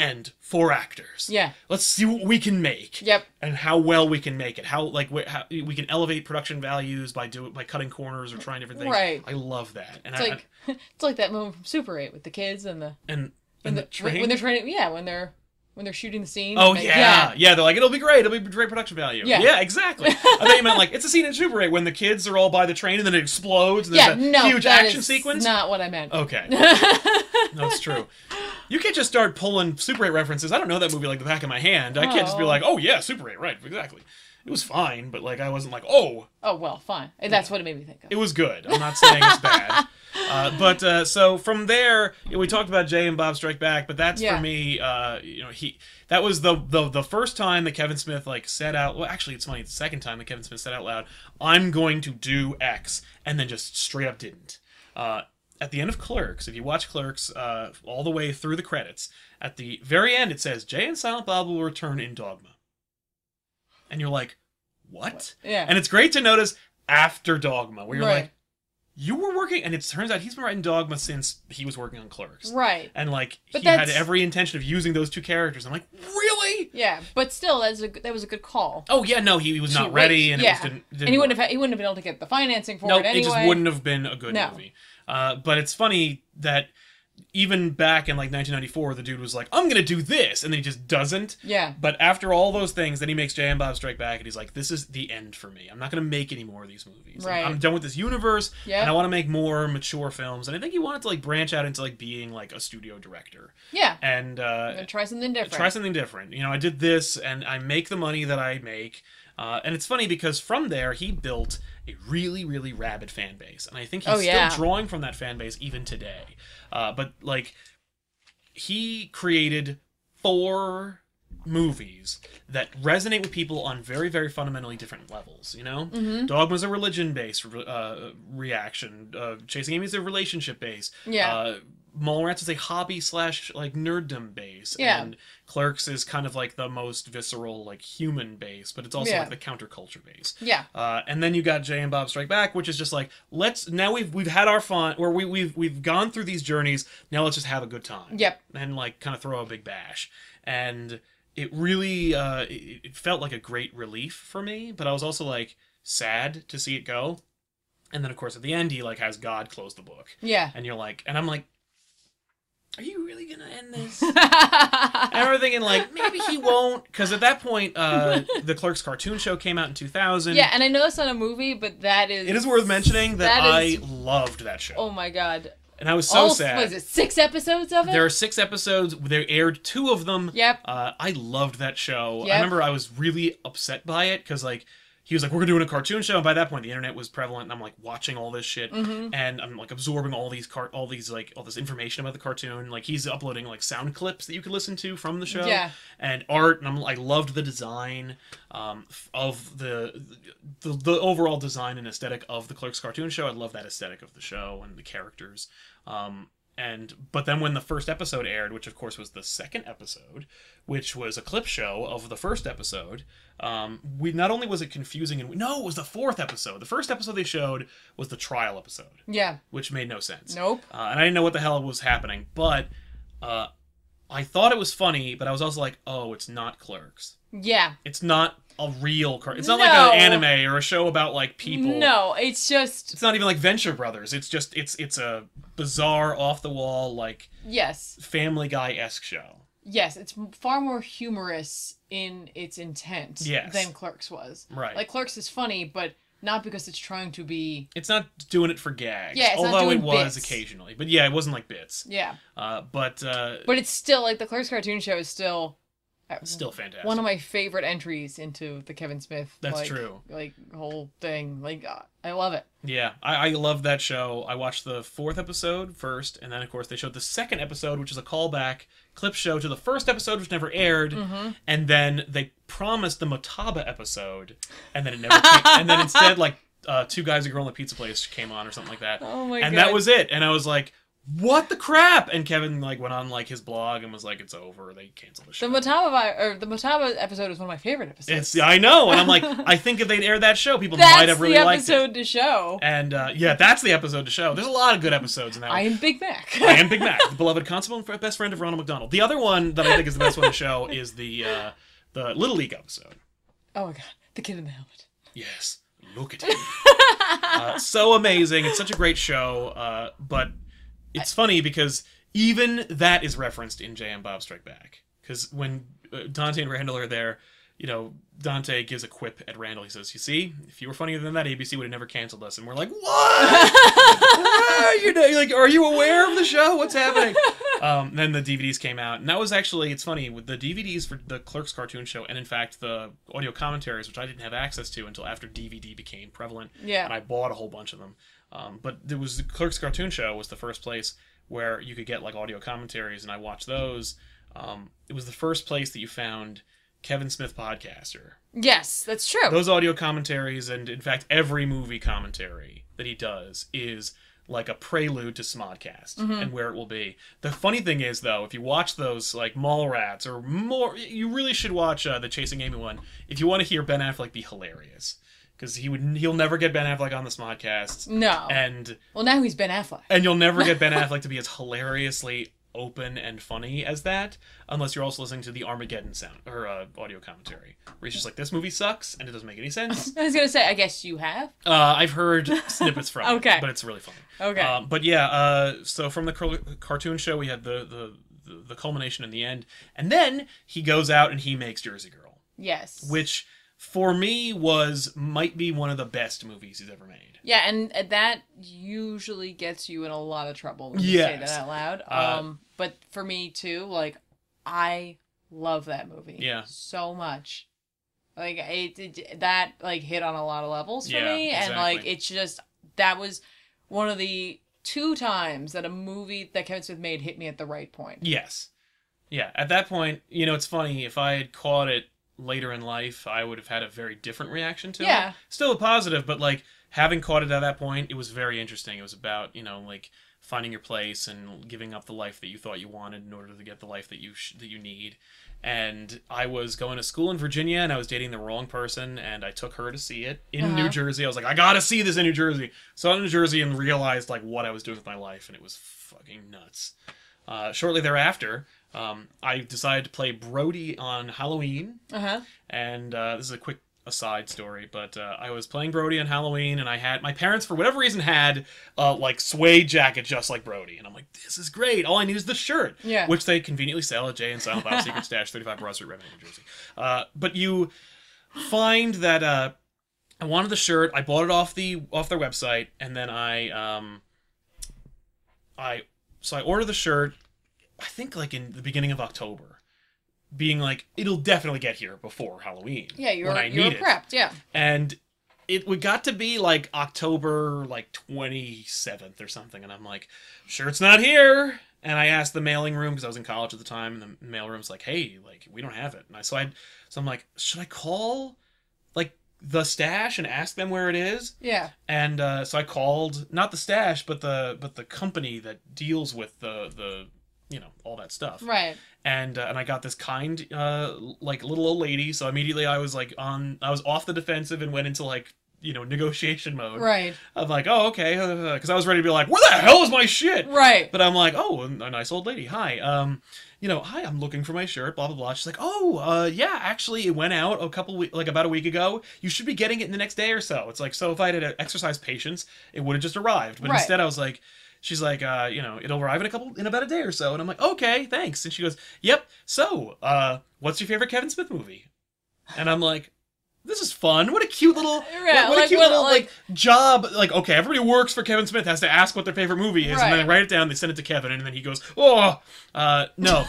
S1: and four actors.
S4: Yeah.
S1: Let's see what we can make.
S4: Yep.
S1: And how well we can make it. How like wh- how we can elevate production values by do by cutting corners or trying different things.
S4: Right.
S1: I love that. And
S4: It's
S1: I,
S4: like it's like that moment from Super Eight with the kids and the
S1: and and,
S4: when
S1: the,
S4: the, when-
S1: train.
S4: when they're training. Yeah, when they're when they're shooting the scene.
S1: Oh
S4: Like,
S1: yeah. yeah, They're like, it'll be great. It'll be great production value.
S4: Yeah.
S1: exactly. I thought you meant like it's a scene in Super 8 when the kids are all by the train and then it explodes. And
S4: Yeah,
S1: there's a
S4: no,
S1: huge
S4: that
S1: action
S4: is
S1: sequence. Oh.
S4: Not what I meant.
S1: Okay. That's true. You can't just start pulling Super 8 references. I don't know that movie like the back of my hand. I can't just be
S4: Oh.
S1: like, oh, yeah, Super 8, right, exactly. It was fine, but like I wasn't like, oh,
S4: Oh well, fine. And That's what it made me think of.
S1: it was good. I'm not saying it's bad. Uh, but uh, so from there, you know, we talked about Jay and Bob Strike Back, but that's
S4: Yeah.
S1: for me. Uh, you know, he that was the, the the first time that Kevin Smith like said out. Well, actually, it's funny. It's the second time that Kevin Smith said out loud, "I'm going to do X," and then just straight up didn't. Uh, at the end of Clerks, if you watch Clerks uh, all the way through the credits, at the very end it says Jay and Silent Bob will return in Dogma, and you're like, "What?"
S4: Yeah.
S1: And it's great to notice after Dogma, where you're
S4: Right.
S1: like, you were working, and it turns out he's been writing Dogma since he was working on Clerks.
S4: right.
S1: And like
S4: But
S1: he had
S4: that's-
S1: every intention of using those two characters. I'm like, really?
S4: Yeah, but still, that's a that was a good call.
S1: Oh yeah, no, he, he was not ready, and it just didn't. didn't
S4: and he
S1: work.
S4: wouldn't have he wouldn't have been able to get the financing for
S1: No,
S4: it anyway.
S1: it just wouldn't have been a good
S4: No.
S1: movie. Uh, but it's funny that even back in like 1994, the dude was like, "I'm gonna do this," and then he just doesn't.
S4: Yeah.
S1: But after all those things, then he makes Jay and Bob Strike Back, and he's like, "This is the end for me. I'm not gonna make any more of these movies. I'm-
S4: Right.
S1: I'm, done with this universe,
S4: Yeah.
S1: and I want to make more mature films." And I think he wanted to like branch out into like being like a studio director
S4: Yeah,
S1: and uh,
S4: I'm gonna try something different.
S1: Try something different. You know, I did this, and I make the money that I make. Uh, and it's funny because from there he built a really, really rabid fan base, and I think he's
S4: Oh, yeah.
S1: still drawing from that fan base even today. Uh, but like, he created four movies that resonate with people on very, very fundamentally different levels. You know,
S4: Mm-hmm.
S1: Dogma's a religion-based re- uh, reaction. Uh, Chasing Amy's a relationship-based.
S4: Yeah.
S1: Uh, Mallrats is a hobby slash like nerddom base,
S4: Yeah.
S1: and Clerks is kind of like the most visceral, like human base, but it's also
S4: Yeah.
S1: like the counterculture base.
S4: Yeah.
S1: Uh, and then you got Jay and Bob Strike Back, which is just like let's now we've we've had our fun, or we we've we've gone through these journeys. Now let's just have a good time.
S4: Yep.
S1: And like kind of throw a big bash, and it really uh, it, it felt like a great relief for me, but I was also like sad to see it go. And then of course at the end he like has God close the book
S4: Yeah.
S1: and you're like, and I'm like, are you really gonna end this? and I remember thinking like, maybe he won't, because at that point, uh, the Clerks cartoon show came out in 2000.
S4: yeah, and I know that's not a movie, but that is
S1: it is worth mentioning that,
S4: That is-
S1: I loved that show,
S4: Oh my god.
S1: and I was so
S4: All
S1: sad.
S4: was it six episodes of it?
S1: There are six episodes. They aired two of them.
S4: Yep.
S1: Uh, I loved that show. I
S4: Yep.
S1: remember I was really upset by it because like he was like, "We're gonna do it in a cartoon show." And by that point, the internet was prevalent, and I'm like watching all this shit,
S4: Mm-hmm.
S1: and I'm like absorbing all these cart, all these like all this information about the cartoon. Like he's uploading like sound clips that you could listen to from the show,
S4: Yeah.
S1: and art, and I'm I loved the design um, f- of the, the the overall design and aesthetic of the Clerks cartoon show. I love that aesthetic of the show and the characters. Um, and but then when the first episode aired, which of course was the second episode, which was a clip show of the first episode, um, we not only was it confusing and no, it was the fourth episode. The first episode they showed was the trial episode,
S4: Yeah.
S1: which made no sense.
S4: Nope.
S1: Uh, and I didn't know what the hell was happening, but uh, I thought it was funny, but I was also like, oh, it's not Clerks.
S4: Yeah.
S1: It's not a real car. It's not
S4: No.
S1: like an anime or a show about like people.
S4: No, it's just
S1: It's not even like Venture Brothers. It's just it's it's a bizarre off the wall like
S4: yes,
S1: Family Guy esque show.
S4: yes. It's m- far more humorous in its intent
S1: Yes.
S4: than Clerks was.
S1: Right.
S4: Like Clerks is funny, but not because it's trying to be.
S1: It's not doing it for gags.
S4: Yeah, it's not
S1: although
S4: doing
S1: it was
S4: bits.
S1: occasionally. But yeah, it wasn't like bits.
S4: Yeah.
S1: Uh, but uh,
S4: But it's still like the Clerks cartoon show is still uh,
S1: still fantastic.
S4: one of my favorite entries into the Kevin Smith.
S1: That's
S4: like-
S1: true.
S4: Like whole thing. Like uh, I love it.
S1: Yeah, I, I love that show. I watched the fourth episode first, and then of course they showed the second episode, which is a callback clip show to the first episode, which never aired.
S4: Mm-hmm.
S1: And then they promised the Motaba episode, and then it never. came. And then instead, like uh, two guys, a girl, and a pizza place came on or something like that.
S4: Oh my
S1: And
S4: God.
S1: that was it. And I was like, "What the crap?" And Kevin like went on like his blog and was like, "It's over. They canceled the
S4: The
S1: show."
S4: Mataba vi- or the Mataba episode is one of my favorite episodes.
S1: it's I know, and I'm like, I think if they'd aired that show, people
S4: That's
S1: might have really
S4: the
S1: liked it.
S4: episode to show.
S1: And uh, yeah, that's the episode to show. There's a lot of good episodes in that.
S4: I
S1: one.
S4: am Big Mac.
S1: I am Big Mac, the beloved constable and best friend of Ronald McDonald. The other one that I think is the best one to show is the uh, the Little League episode.
S4: oh my god, the kid in the helmet.
S1: Yes, look at him. uh, so amazing. It's such a great show. Uh, but it's funny because even that is referenced in J.M. Bob Strike Back. Because when uh, Dante and Randall are there, you know, Dante gives a quip at Randall. He says, You see, if you were funnier than that, ABC would have never canceled us. And we're like, What? "Ah, you know, like, are you aware of the show? What's happening? Um, then the DVDs came out, and that was actually it's funny with the DVDs for the Clerks cartoon show, and in fact the audio commentaries, which I didn't have access to until after DVD became prevalent.
S4: Yeah.
S1: and I bought a whole bunch of them. Um, but there was the Clerks cartoon show was the first place where you could get like audio commentaries, and I watched those. Um, it was the first place that you found Kevin Smith podcaster
S4: Yes, that's true.
S1: those audio commentaries and in fact every movie commentary that he does is like a prelude to Smodcast and where it will be. The funny thing is though, if you watch those like Mallrats or more, you really should watch uh, the Chasing Amy one if you want to hear Ben Affleck be hilarious because he would he'll never get Ben Affleck on the Smodcast
S4: no.
S1: and
S4: well, now he's Ben Affleck.
S1: and you'll never get Ben Affleck to be as hilariously open and funny as that unless you're also listening to the Armageddon sound or uh, audio commentary where he's just like this movie sucks and it doesn't make any sense
S4: I was gonna say, I guess you have.
S1: uh, I've heard snippets from
S4: Okay.
S1: it, but it's really funny.
S4: Okay.
S1: Um, but yeah, uh, so from the car- cartoon show, we had the, the the the culmination in the end, and then he goes out and he makes Jersey Girl,
S4: Yes.
S1: which for me was might be one of the best movies he's ever made.
S4: yeah, and uh, that usually gets you in a lot of trouble when you say
S1: Yes.
S4: that out loud.
S1: Uh,
S4: um, but for me too, like I love that movie.
S1: Yeah.
S4: So much. Like it, it that like hit on a lot of levels for
S1: Yeah,
S4: me, and
S1: exactly.
S4: like it's just that was one of the two times that a movie that Kevin Smith made hit me at the right point.
S1: Yes, yeah. At that point, you know, it's funny if I had caught it later in life, I would have had a very different reaction to it.
S4: Yeah.
S1: Still a positive, but like having caught it at that point, it was very interesting. It was about, you know, like finding your place and giving up the life that you thought you wanted in order to get the life that you sh- that you need. And I was going to school in Virginia and I was dating the wrong person and I took her to see it in New
S4: Uh-huh.
S1: Jersey. I was like, I got to see this in New Jersey. Saw it in New Jersey and realized like what I was doing with my life and it was fucking nuts. Uh, shortly thereafter, um, I decided to play Brody on Halloween
S4: Uh huh.
S1: and uh, this is a quick aside story, but uh, I was playing Brody on Halloween, and I had my parents for whatever reason had uh, like suede jacket just like Brody, and I'm like, this is great. All I need is the shirt,
S4: Yeah.
S1: which they conveniently sell at Jay and Silent Bob Secret Stash, 35 Broad Street, Revenue, New Jersey. Uh, but you find that uh, I wanted the shirt. I bought it off the off their website, and then I um, I so I ordered the shirt. I think like in the beginning of October being like, it'll definitely get here before Halloween.
S4: Yeah, you
S1: when
S4: were
S1: I
S4: you were
S1: need it.
S4: prepped. Yeah.
S1: And it we got to be like October like 27th or something, and I'm like, sure it's not here. And I asked the mailing room because I was in college at the time, and the mail room's like, hey, like we don't have it. And I so I so I'm like, should I call like the stash and ask them where it is?
S4: Yeah.
S1: and uh, so I called not the stash, but the but the company that deals with the the you know all that stuff.
S4: Right.
S1: And uh, and I got this kind uh like little old lady. So immediately I was like on I was off the defensive and went into like you know negotiation mode.
S4: Right.
S1: I'm like oh okay because I was ready to be like where the hell is my shit.
S4: Right.
S1: But I'm like, oh, a nice old lady. Hi. Um, you know, hi. I'm looking for my shirt. Blah blah blah. She's like, oh, uh, yeah. Actually, it went out a couple we- like about a week ago. You should be getting it in the next day or so. It's like, so if I had exercised patience, it would have just arrived. But
S4: Right.
S1: instead, I was like. She's like, uh, you know, it'll arrive in a couple, in about a day or so, and I'm like, okay, thanks. And she goes, yep. So, uh, what's your favorite Kevin Smith movie? And I'm like, this is fun. What a cute little, what,
S4: Yeah,
S1: what a
S4: like,
S1: cute
S4: what-
S1: little
S4: like-
S1: like job. Like, okay, everybody who works for Kevin Smith has to ask what their favorite movie is, and then
S4: Right.
S1: write it down. They send it to Kevin, and then he goes, "Oh, uh, no."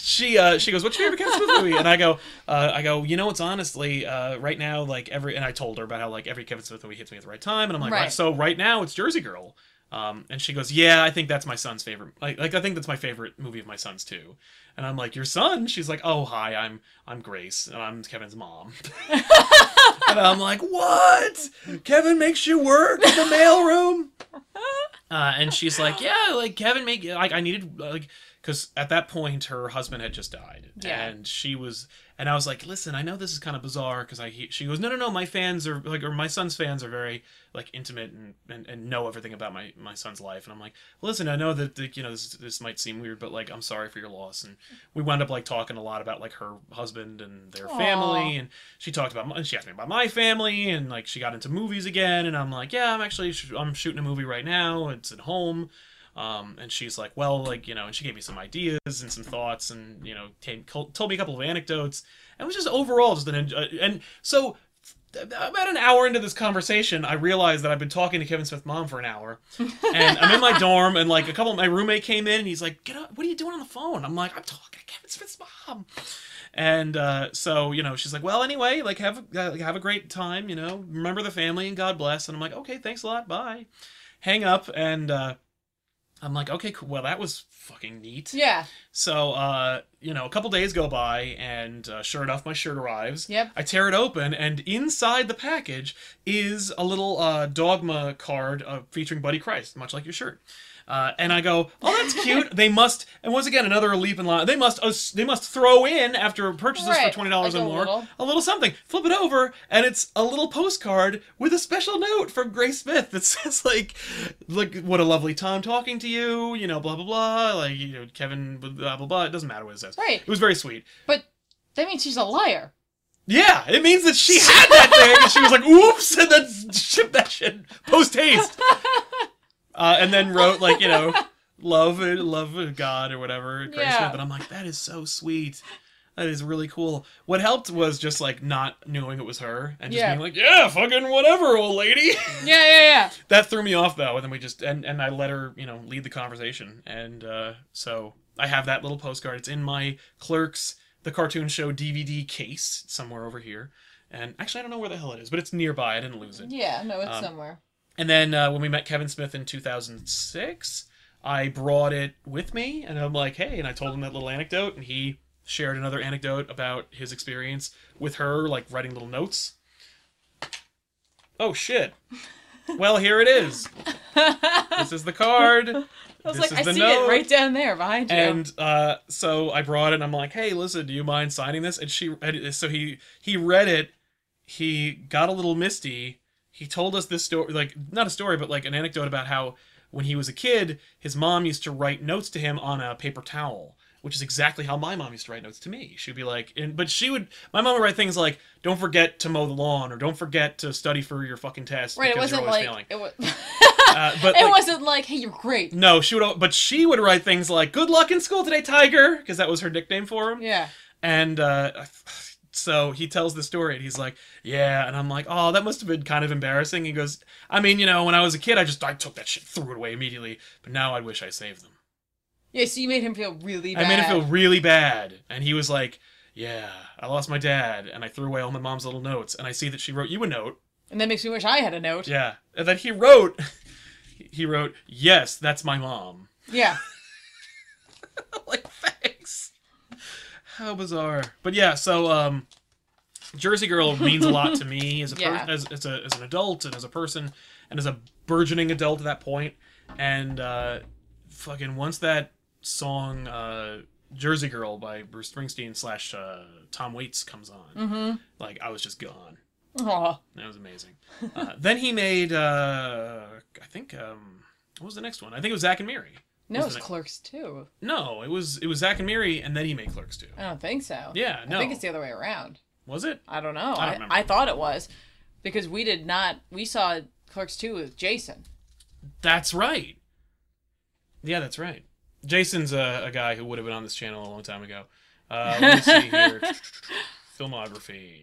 S1: she uh, she goes, "What's your favorite Kevin Smith movie?" And I go, uh, "I go, you know, it's honestly uh, right now like every." And I told her about how like every Kevin Smith movie hits me at the right time, and I'm like,
S4: Right.
S1: right. "So right now it's Jersey Girl." Um, and she goes, "Yeah, I think that's my son's favorite. Like, like I think that's my favorite movie of my son's too." And I'm like, "Your son?" She's like, "Oh, hi, I'm I'm Grace, and I'm Kevin's mom." and I'm like, "What? Kevin makes you work in the mailroom?" Uh, and she's like, "Yeah, like Kevin make like I needed like because at that point her husband had just died,
S4: Yeah.
S1: and she was and I was like, listen, I know this is kind of bizarre because I he, she goes, no, no, no, my fans are like or my son's fans are very like intimate and and, and know everything about my my son's life, and I'm like, listen, I know that like, you know this this might seem weird, but like I'm sorry for your loss, and we wound up like talking a lot about like her husband and their
S4: Aw.
S1: family, and she talked about my, and she asked me about my family, and like she got into movies again, and I'm like, yeah, I'm actually sh- I'm shooting a movie right now, it's at home. Um, and she's like, well, like, you know, and she gave me some ideas and some thoughts and, you know, t- told me a couple of anecdotes. And it was just overall just an, en- uh, and so th- about an hour into this conversation, I realized that I've been talking to Kevin Smith's mom for an hour and I'm in my dorm and like a couple, my roommate came in and he's like, get up, what are you doing on the phone? I'm like, I'm talking to Kevin Smith's mom. And uh, so you know, she's like, "Well, anyway, like have uh, have a great time, you know. Remember the family and God bless." And I'm like, "Okay, thanks a lot, bye." Hang up, and uh, I'm like, "Okay, cool. Well, that was fucking neat."
S4: Yeah.
S1: So uh, you know, a couple days go by, and uh, sure enough, my shirt arrives.
S4: Yep.
S1: I tear it open, and inside the package is a little uh, dogma card uh, featuring Buddy Christ, much like your shirt. Uh, and I go, oh, that's cute. they must, and once again, another leap in line. They must, us they must throw in after purchases
S4: Right,
S1: for twenty dollars
S4: like
S1: or
S4: a
S1: more,
S4: little.
S1: a little something. Flip it over, and it's a little postcard with a special note from Grace Smith that says like, "Look, what a lovely time talking to you. You know, blah blah blah. Like, you know, Kevin, blah blah blah. It doesn't matter what it says.
S4: Right.
S1: It was very sweet.
S4: But that means she's a liar.
S1: Yeah, it means that she had that thing and she was like, oops, and then shipped that shit post haste. Uh, and then wrote, like, you know, love and love and God or whatever. Grace
S4: Yeah.
S1: But I'm like, that is so sweet. That is really cool. What helped was just like not knowing it was her and just
S4: Yeah.
S1: being like, yeah, fucking whatever, old lady.
S4: Yeah, yeah, yeah.
S1: that threw me off though. And then we just, and, and I let her, you know, lead the conversation. And uh, so I have that little postcard. It's in my clerk's, the cartoon show DVD case somewhere over here. And actually, I don't know where the hell it is, but it's nearby. I didn't lose it.
S4: Yeah, no, it's
S1: Um,
S4: somewhere.
S1: And then uh, when we met Kevin Smith in 2006, I brought it with me, and I'm like, hey, and I told him that little anecdote, and he shared another anecdote about his experience with her, like writing little notes. Oh shit! Well, here it is.
S4: I
S1: This is the card. I
S4: was like, I see it right down there behind you.
S1: and uh, so I brought it. and I'm like, "Hey, listen, do you mind signing this?" And she, and so he he read it. He got a little misty. He told us this story, like not a story, but like an anecdote about how when he was a kid, his mom used to write notes to him on a paper towel, which is exactly how my mom used to write notes to me. She'd be like, and but she would, my mom would write things like, "Don't forget to mow the lawn," or "Don't forget to study for your fucking test."
S4: right, it
S1: because you're always
S4: wasn't
S1: failing."
S4: like it was.
S1: Uh, but
S4: it
S1: like-
S4: wasn't like, hey, you're great.
S1: no, she would, al- but she would write things like "Good luck in school today, Tiger," because that was her nickname for him.
S4: Yeah.
S1: And uh, so he tells the story, and he's like, "Yeah," and I'm like, "Oh, that must have been kind of embarrassing." He goes, "I mean, you know, when I was a kid, I just I took that shit, threw it away immediately, but now I wish I saved them.
S4: Yeah, so you made him feel really bad.
S1: I made him feel really bad." And he was like, yeah, I lost my dad, and I threw away all my mom's little notes, and I see that she wrote you a note.
S4: And that makes me wish I had a note. Yeah.
S1: Yeah, and then he wrote, he wrote, yes, that's my mom. like thanks. How bizarre. But yeah, so um Jersey Girl means a lot to me as a
S4: Yeah.
S1: person, as, as, a, as an adult and as a person and as a burgeoning adult at that point. And uh fucking once that song uh Jersey Girl by Bruce Springsteen slash uh, Tom Waits comes on, like I was just gone.
S4: Aw.
S1: That was amazing. Uh, then he made uh I think um what was the next one? I think it was Zach and Mary.
S4: No, it's
S1: Wasn't it-
S4: clerks too.
S1: No, it was it was Zach and Mary, and then he made Clerks too.
S4: I don't think so.
S1: Yeah, no.
S4: I think it's the other way around.
S1: Was it?
S4: I don't know.
S1: don't
S4: I,
S1: remember.
S4: I, thought it was because we did not. We saw Clerks two with Jason.
S1: That's right. Yeah, that's right. Jason's a, a guy who would have been on this channel a long time ago. Uh, let me see here. Filmography.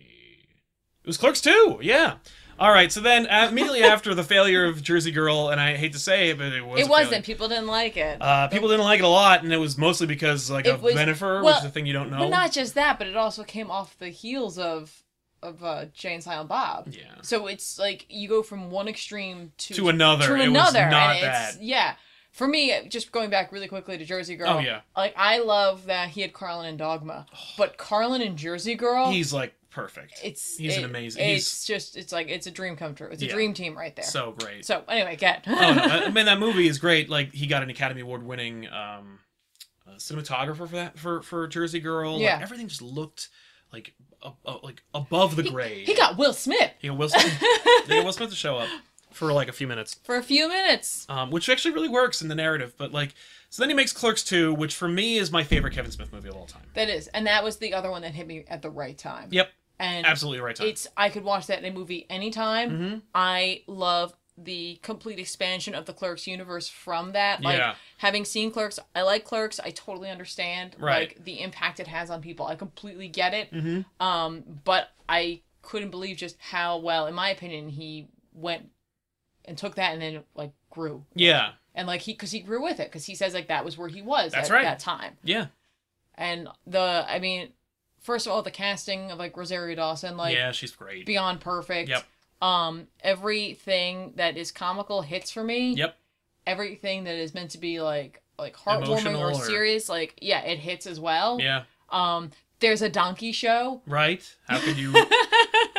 S1: It was Clerks too. Yeah. All right. So then, uh, immediately after the failure of Jersey Girl, and I hate to say it, but it was
S4: It
S1: a
S4: wasn't.
S1: failure,
S4: People didn't like it.
S1: Uh, people didn't like it a lot, and it was mostly because like
S4: It
S1: of
S4: was-
S1: Benifer, which
S4: well,
S1: is a thing you don't know.
S4: But not just that, but it also came off the heels of of uh, Jay and Silent Bob.
S1: Yeah.
S4: So it's like you go from one extreme to
S1: To another. It was not
S4: and it's-
S1: that.
S4: Yeah. For me, just going back really quickly to Jersey Girl.
S1: Oh, yeah. Oh.
S4: Like I love that he had Carlin and Dogma, but Carlin and Jersey Girl.
S1: He's like perfect.
S4: it's
S1: he's an
S4: it-
S1: amazing.
S4: It's just it's like it's a dream come true. It's a
S1: Yeah.
S4: dream team right there.
S1: he's so great.
S4: So anyway, get.
S1: oh no, I I mean that movie is great. Like he got an Academy Award winning um, uh, cinematographer for that for for Jersey Girl. Like,
S4: Yeah.
S1: everything just looked like uh, uh, like above the grade.
S4: he got Will Smith
S1: he got Will Smith. they got Will Smith to show up for like a few minutes,
S4: for a few minutes.
S1: um, which actually really works in the narrative. But like, so then he makes Clerks two, which for me is my favorite Kevin Smith movie of all time.
S4: That is, and that was the other one that hit me at the right time.
S1: Yep,
S4: and
S1: absolutely right time. Mm-hmm.
S4: It's I could watch that in a movie anytime. I love the complete expansion of the Clerks universe from that. Like
S1: Yeah.
S4: having seen Clerks, I like Clerks. I totally understand
S1: Right. Mm-hmm.
S4: like the impact it has on people. I completely get it. Um, but I couldn't believe just how well, in my opinion, he went and took that and then like grew
S1: yeah,
S4: and like he because he grew with it because he says like that was where he was
S1: That's
S4: at
S1: right.
S4: that time
S1: yeah,
S4: and the I mean. First of all, the casting of like Rosario Dawson, like
S1: yeah. She's great.
S4: beyond perfect.
S1: Yep.
S4: Um, everything that is comical hits for me.
S1: Yep.
S4: Everything that is meant to be like like heartwarming
S1: Emotional
S4: or,
S1: or-
S4: serious, like yeah, it hits as well.
S1: Yeah.
S4: Um, there's a donkey show.
S1: Right. How could you?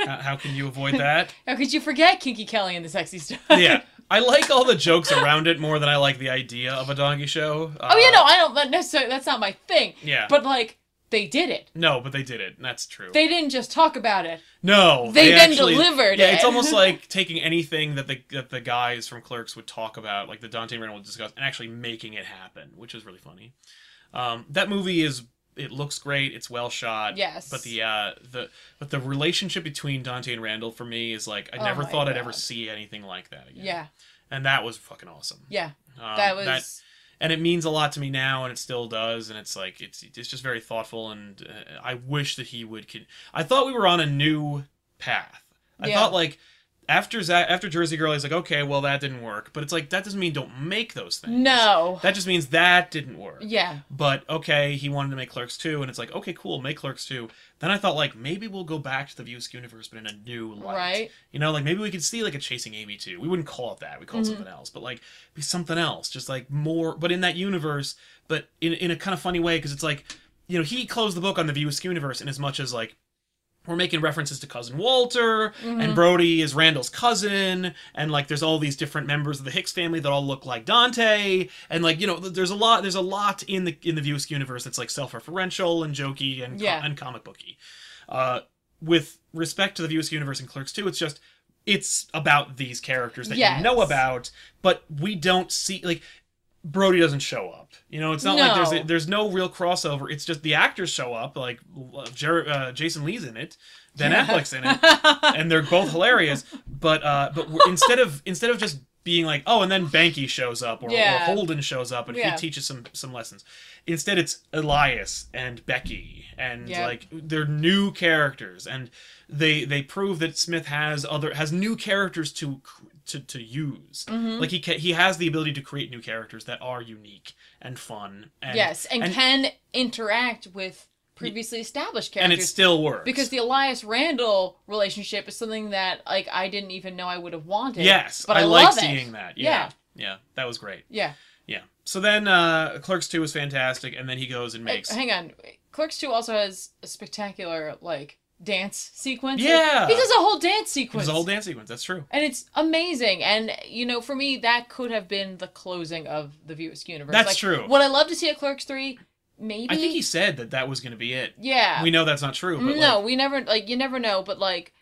S1: how, how can you avoid that?
S4: How could you forget Kinky Kelly and the sexy stuff?
S1: yeah, I like all the jokes around it more than I like the idea of a donkey show. Uh,
S4: oh yeah, no, I don't. But necessarily, that's not my thing.
S1: Yeah.
S4: But like, they did it.
S1: No, but they did it. and That's true.
S4: They didn't just talk about it.
S1: no,
S4: they then delivered
S1: Yeah, it's
S4: it.
S1: almost like taking anything that the that the guys from Clerks would talk about, like the Dante Reynolds would discuss, and actually making it happen, which is really funny. Um, that movie is it looks great. It's well shot.
S4: Yes.
S1: But the uh, the but the relationship between Dante and Randall for me is like I
S4: Oh
S1: never
S4: my
S1: thought I'd ever
S4: God.
S1: see anything like that again.
S4: Yeah.
S1: And that was fucking awesome.
S4: Yeah.
S1: Um,
S4: that was.
S1: and it means a lot to me now and it still does and it's like it's it's just very thoughtful and uh, I wish that he would con- I thought we were on a new path. I
S4: Yeah.
S1: thought like after Za after Jersey Girl he's like okay, well that didn't work, but it's like that doesn't mean don't make those things.
S4: No.
S1: That just means that didn't work.
S4: yeah.
S1: But okay, he wanted to make Clerks 2 and it's like okay, cool, make Clerks 2. Then I thought like maybe we'll go back to the Viewsk universe but in a new light.
S4: Right.
S1: You know, like maybe we could see like a chasing Amy too. We wouldn't call it that. We call it something else, but like be something else, just like more. But in that universe, but in in a kind of funny way, because it's like, you know, he closed the book on the Viewsk universe in as much as like. We're making references to cousin Walter,
S4: Mm-hmm.
S1: and Brody is Randall's cousin, and like there's all these different members of the Hicks family that all look like Dante, and like you know th- there's a lot there's a lot in the in the Viewsk universe that's like self-referential and jokey and co-
S4: Yeah.
S1: and comic booky. Uh, with respect to the Viewers universe and Clerks 2, it's just it's about these characters that
S4: Yes.
S1: you know about, but we don't see like Brody doesn't show up. You know, it's not like there's
S4: No.
S1: a, there's no real crossover. It's just the actors show up, like uh, Jer- uh, Jason Lee's in it, Ben Affleck's in it, and they're both hilarious. But uh, but we're, instead of instead of just being like, oh, and then Banky shows up or, or
S4: Yeah.
S1: Holden shows up and
S4: Yeah.
S1: he teaches some some lessons. Instead, it's Elias and Becky and
S4: Yeah.
S1: like they're new characters and they they prove that Smith has other has new characters to cr- to to use.
S4: Mm-hmm.
S1: Like he ca- he has the ability to create new characters that are unique and fun. And,
S4: yes, and, can interact with previously established characters.
S1: and it still works
S4: because the Elias Randall relationship is something that like I didn't even know I would have wanted.
S1: yes,
S4: but I,
S1: like
S4: love it.
S1: seeing that. Yeah,
S4: yeah,
S1: yeah, that was great.
S4: yeah.
S1: Yeah. So then uh, Clerks Two was fantastic, and then he goes and makes.
S4: Uh, hang on, Clerks Two also has a spectacular like dance sequence.
S1: Yeah.
S4: he does a whole dance
S1: It was
S4: sequence.
S1: a whole dance sequence. That's true.
S4: and it's amazing. And you know, for me, that could have been the closing of the Viewisk universe.
S1: That's
S4: Like,
S1: true.
S4: Would I love to see a Clerks Three? Maybe.
S1: I think he said that that was going to be it.
S4: Yeah.
S1: We know that's not true, but
S4: no,
S1: like,
S4: we never like you never know, but like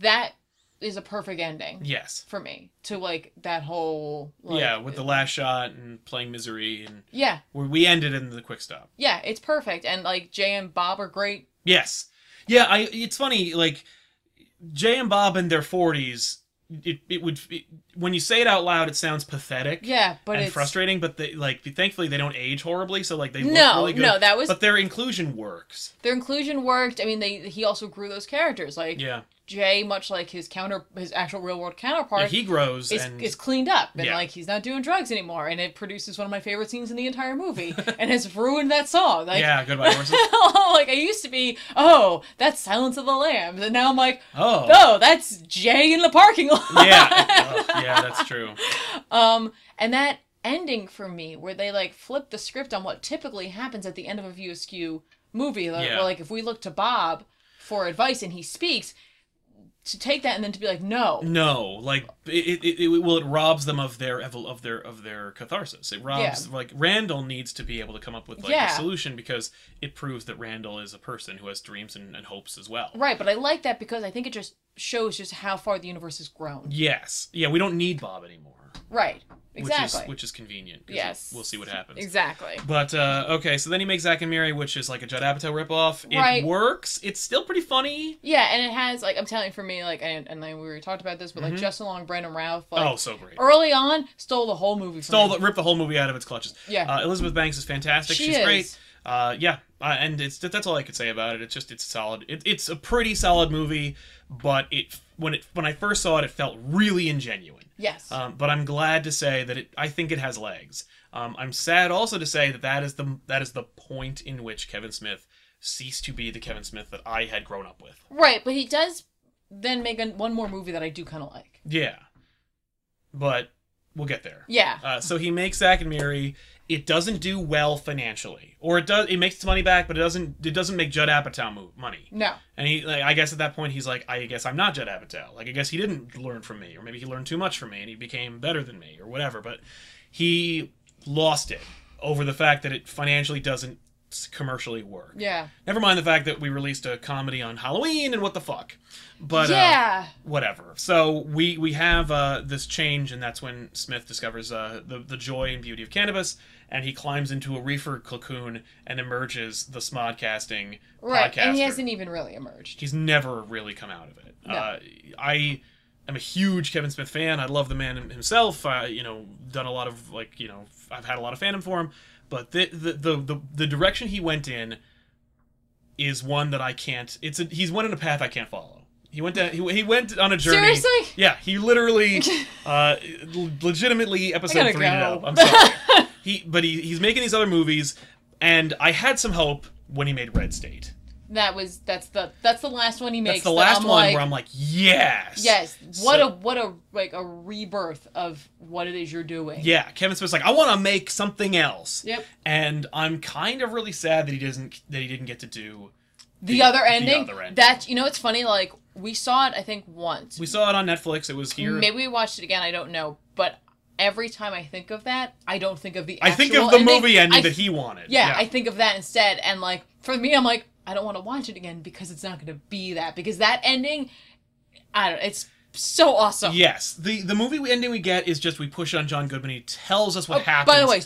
S4: that is a perfect ending
S1: yes,
S4: for me to like that whole like,
S1: yeah, with the last shot and playing misery, and
S4: yeah
S1: where we ended in the quick stop.
S4: yeah it's perfect and like Jay and Bob are great
S1: Yes, yeah. I. It's funny, like Jay and Bob in their forties. It, it would it, when you say it out loud, it sounds pathetic.
S4: yeah but
S1: and
S4: it's
S1: frustrating, but they like thankfully they don't age horribly, so like they look
S4: No,
S1: really good.
S4: no, that was-
S1: but their inclusion works.
S4: their inclusion worked I mean they he also grew those characters like
S1: Yeah,
S4: Jay much like his counter his actual real world counterpart
S1: yeah he grows
S4: is,
S1: and
S4: is cleaned up and
S1: Yeah.
S4: like he's not doing drugs anymore and it produces one of my favorite scenes in the entire movie and has ruined that song like
S1: yeah, goodbye horses.
S4: like I used to be, oh, that's Silence of the Lambs, and now I'm like,
S1: Oh,
S4: oh, that's Jay in the parking lot.
S1: yeah, Oh, yeah, that's true.
S4: Um, and that ending for me, where they like flip the script on what typically happens at the end of a View Askew movie, like,
S1: Yeah.
S4: where like if we look to Bob for advice and he speaks, to take that and then to be like, no,
S1: No, like it, it, it well, it robs them of their evol- of their of their catharsis. It robs like Randall needs to be able to come up with like a
S4: Yeah.
S1: solution because it proves that Randall is a person who has dreams and, and hopes as well.
S4: right. But I like that because I think it just shows just how far the universe has grown.
S1: Yes, yeah, we don't need Bob anymore,
S4: Right. Exactly.
S1: which is which is convenient. 'cause
S4: yes.
S1: we'll see what happens.
S4: Exactly.
S1: But uh, okay, so then he makes Zack and Mary, which is like a Judd Apatow ripoff. It
S4: Right.
S1: works. It's still pretty funny.
S4: Yeah, and it has like I'm telling you, for me, like and, and then we already talked about this, but like just along Brandon Routh, like
S1: Mm-hmm. oh, so great.
S4: early on, stole the whole movie. From
S1: Stole
S4: me.
S1: the, ripped the whole movie out of its clutches.
S4: Yeah.
S1: Uh, Elizabeth Banks is fantastic.
S4: She
S1: She's
S4: is.
S1: great. Uh, yeah, uh, and it's that's all I could say about it. It's just it's solid. It, it's a pretty solid movie, but it when it when I first saw it, it felt really ingenuine.
S4: yes.
S1: Um, but I'm glad to say that it, I think it has legs. Um, I'm sad also to say that that is the that is the point in which Kevin Smith ceased to be the Kevin Smith that I had grown up with.
S4: right, but he does then make an, one more movie that I do kind of like.
S1: Yeah. But we'll get there.
S4: Yeah.
S1: Uh, so he makes Zack and Mary. It doesn't do well financially, or it does. It makes its money back, but it doesn't. It doesn't make Judd Apatow mo- money.
S4: No.
S1: And he, like, I guess at that point, he's like, I guess I'm not Judd Apatow. Like, I guess he didn't learn from me, or maybe he learned too much from me, and he became better than me, or whatever. But he lost it over the fact that it financially doesn't s- commercially work.
S4: Yeah.
S1: Never mind the fact that we released a comedy on Halloween and what the fuck. But uh,
S4: yeah.
S1: whatever. So we we have uh, this change, and that's when Smith discovers uh, the the joy and beauty of cannabis, and he climbs into a reefer cocoon and emerges the smodcasting
S4: Right.
S1: podcaster.
S4: And he hasn't even really emerged.
S1: He's never really come out of it.
S4: No.
S1: Uh, I am a huge Kevin Smith fan. I love the man him- himself. I, you know, done a lot of like you know, I've had a lot of fandom for him, but the the the the, the direction he went in is one that I can't. It's a, he's went in a path I can't follow. He went down. He, he went on a journey.
S4: Seriously?
S1: Yeah. He literally, uh, l- legitimately, episode
S4: gotta
S1: three. It up.
S4: go.
S1: I'm sorry. he, but he, he's making these other movies, and I had some hope when he made Red State.
S4: That was that's the that's the last one he makes.
S1: That's the
S4: that
S1: last
S4: I'm
S1: one
S4: like,
S1: where I'm like, yes,
S4: Yes. What
S1: So-
S4: a what a like a rebirth of what it is you're doing.
S1: yeah. Kevin Smith's like, I want to make something else.
S4: Yep.
S1: And I'm kind of really sad that he doesn't that he didn't get to do.
S4: The other ending.
S1: other ending.
S4: That you know it's funny like we saw it I think once.
S1: We saw it on Netflix. It was here.
S4: Maybe we watched it again. I don't know. But every time I think of that, I don't think of the.
S1: I think
S4: actual
S1: of the movie ending
S4: I-
S1: that he wanted.
S4: Yeah, I think of that instead. And like for me, I'm like, I don't want to watch it again because it's not going to be that. Because that ending, I don't. It's so awesome.
S1: Yes, the the movie we- ending we get is just we push on John Goodman. He tells us what
S4: Oh,
S1: happens.
S4: By the way,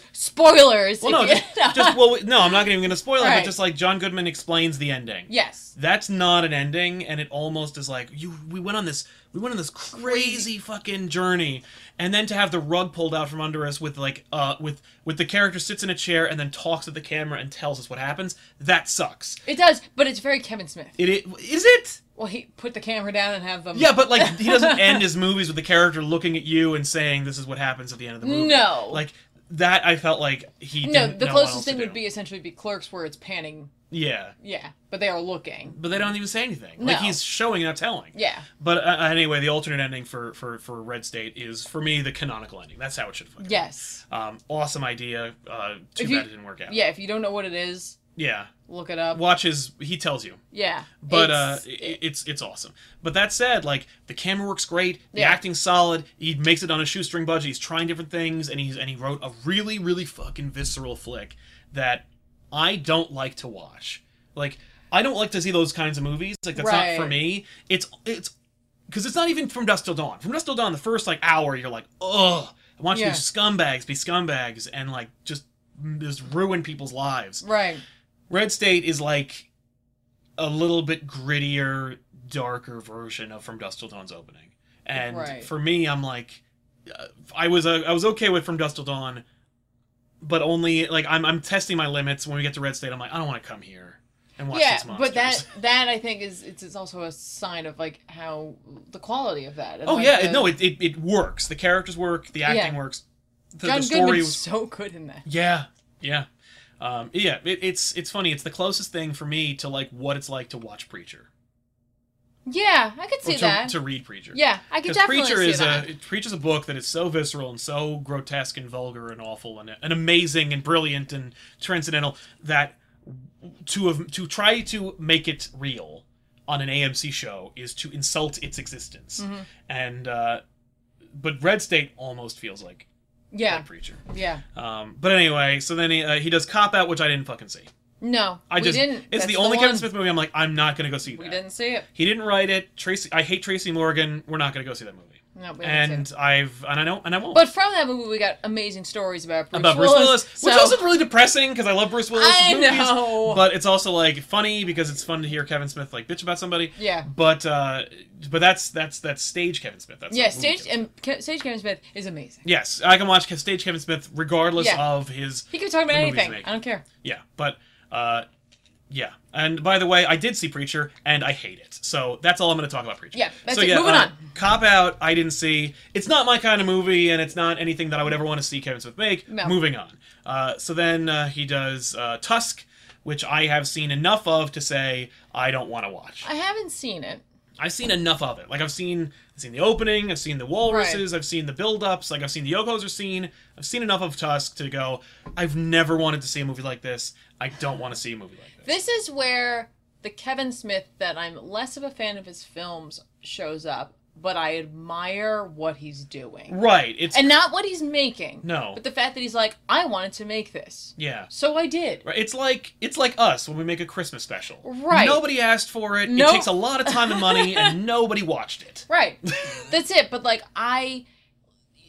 S4: spoilers.
S1: well, no,
S4: if you-
S1: just, just well, we- no, I'm not even going to spoil it. But
S4: Right.
S1: just like John Goodman explains the ending.
S4: yes.
S1: that's not an ending and it almost is like you we went on this we went on this crazy fucking journey and then to have the rug pulled out from under us with like uh with with the character sits in a chair and then talks at the camera and tells us what happens that sucks
S4: It does, but it's very Kevin Smith.
S1: it, it is it
S4: Well, he put the camera down and have them.
S1: yeah but like he doesn't end his movies with the character looking at you and saying this is what happens at the end of the movie
S4: No.
S1: like that I felt like he
S4: No,
S1: didn't
S4: the
S1: know what
S4: closest
S1: else
S4: thing
S1: to
S4: would
S1: do.
S4: be essentially be clerks where it's panning.
S1: yeah,
S4: Yeah, but they are looking.
S1: but they don't even say anything. Like
S4: No.
S1: he's showing, not telling.
S4: Yeah.
S1: But uh, anyway, the alternate ending for, for, for Red State is for me the canonical ending. That's how it should fucking.
S4: Yes.
S1: Um, awesome idea. Uh, too
S4: If
S1: bad
S4: you-
S1: it didn't work out.
S4: Yeah, if you don't know what it is,
S1: Yeah.
S4: look it up.
S1: Watches. He tells you.
S4: yeah.
S1: But
S4: it's-
S1: uh, it, it's it's awesome. But that said, like the camera works great, the
S4: Yeah.
S1: acting's solid. He makes it on a shoestring budget. He's trying different things, and he's and he wrote a really really fucking visceral flick that I don't like to watch. Like I don't like to see those kinds of movies. Like that's
S4: Right.
S1: not for me. It's it's because it's not even from Dust Till Dawn. From Dust Till Dawn, the first like hour, you're like, ugh, I want
S4: Yeah.
S1: these scumbags be scumbags and like just just ruin people's lives.
S4: right.
S1: Red State is like a little bit grittier, darker version of From Dust Till Dawn's opening. And
S4: Right.
S1: for me, I'm like, uh, I was uh, I was okay with From Dust Till Dawn, but only like I'm I'm testing my limits. When we get to Red State, I'm like, I don't want to come here and watch
S4: yeah,
S1: these monsters.
S4: but that that I think is it's, it's also a sign of like how the quality of that. and,
S1: oh
S4: like,
S1: yeah,
S4: the-
S1: it- no, it, it it works. The characters work, the acting
S4: Yeah.
S1: works, the,
S4: John
S1: the story
S4: Goodman's
S1: was
S4: so good in that.
S1: Yeah, yeah, um, yeah. It, it's it's funny. It's the closest thing for me to like what it's like to watch Preacher.
S4: Yeah, I could
S1: Or
S4: see
S1: to,
S4: that.
S1: to read Preacher.
S4: yeah, I could
S1: Because
S4: definitely
S1: Preacher
S4: see
S1: is
S4: that.
S1: a Preacher's a book that is so visceral and so grotesque and vulgar and awful and, and amazing and brilliant and transcendental that to have, to try to make it real on an AMC show is to insult its existence.
S4: Mm-hmm.
S1: And uh, but Red State almost feels like,
S4: yeah,
S1: like Preacher.
S4: yeah.
S1: Um, but anyway, so then he, uh, he does Cop Out, which I didn't fucking see.
S4: No,
S1: I
S4: we
S1: just
S4: didn't.
S1: it's
S4: That's
S1: the only Kevin
S4: one.
S1: Smith movie I'm like I'm not gonna go see that.
S4: We didn't see it.
S1: He didn't write it. Tracy, I hate Tracy Morgan. We're not gonna go see that movie
S4: No, we didn't see it.
S1: and I've and I know and I won't.
S4: But from that movie, we got amazing stories about Bruce
S1: about Bruce
S4: Willis.
S1: Willis, which
S4: so-
S1: is also really depressing because I love Bruce Willis.
S4: I
S1: movies,
S4: know.
S1: but it's also like funny because it's fun to hear Kevin Smith like bitch about somebody.
S4: Yeah.
S1: but uh, but that's that's that's stage Kevin Smith. That's
S4: yeah,
S1: not movie
S4: stage
S1: Kevin Smith.
S4: and Ke- stage Kevin Smith is amazing.
S1: Yes, I can watch Ke- stage Kevin Smith regardless
S4: Yeah.
S1: of his.
S4: He could talk about
S1: The movies
S4: anything.
S1: make-
S4: I don't care.
S1: Yeah, but uh, yeah. And by the way, I did see Preacher, and I hate it. So that's all I'm going to talk about Preacher.
S4: Yeah, that's
S1: so,
S4: it. Moving
S1: uh,
S4: on.
S1: Cop Out, I didn't see. It's not my kind of movie, and it's not anything that I would ever want to see Kevin Smith make.
S4: No.
S1: Moving on. Uh, so then uh, he does uh, Tusk, which I have seen enough of to say I don't want to watch.
S4: I haven't seen it.
S1: I've seen enough of it. Like I've seen, I've seen the opening, I've seen the walruses, I've seen the build-ups, like I've seen the Yoko's scene. I've seen enough of Tusk to go. I've never wanted to see a movie like this. I don't want to see a movie like this.
S4: This is where the Kevin Smith that I'm less of a fan of his films shows up, but I admire what he's doing.
S1: Right? It's
S4: And not what he's making.
S1: No.
S4: But the fact that he's like, I wanted to make this.
S1: yeah.
S4: So I did.
S1: Right. It's like it's like us when we make a Christmas special.
S4: Right.
S1: Nobody asked for it.
S4: No-
S1: It takes a lot of time and money, and nobody watched it.
S4: Right. That's it. But like I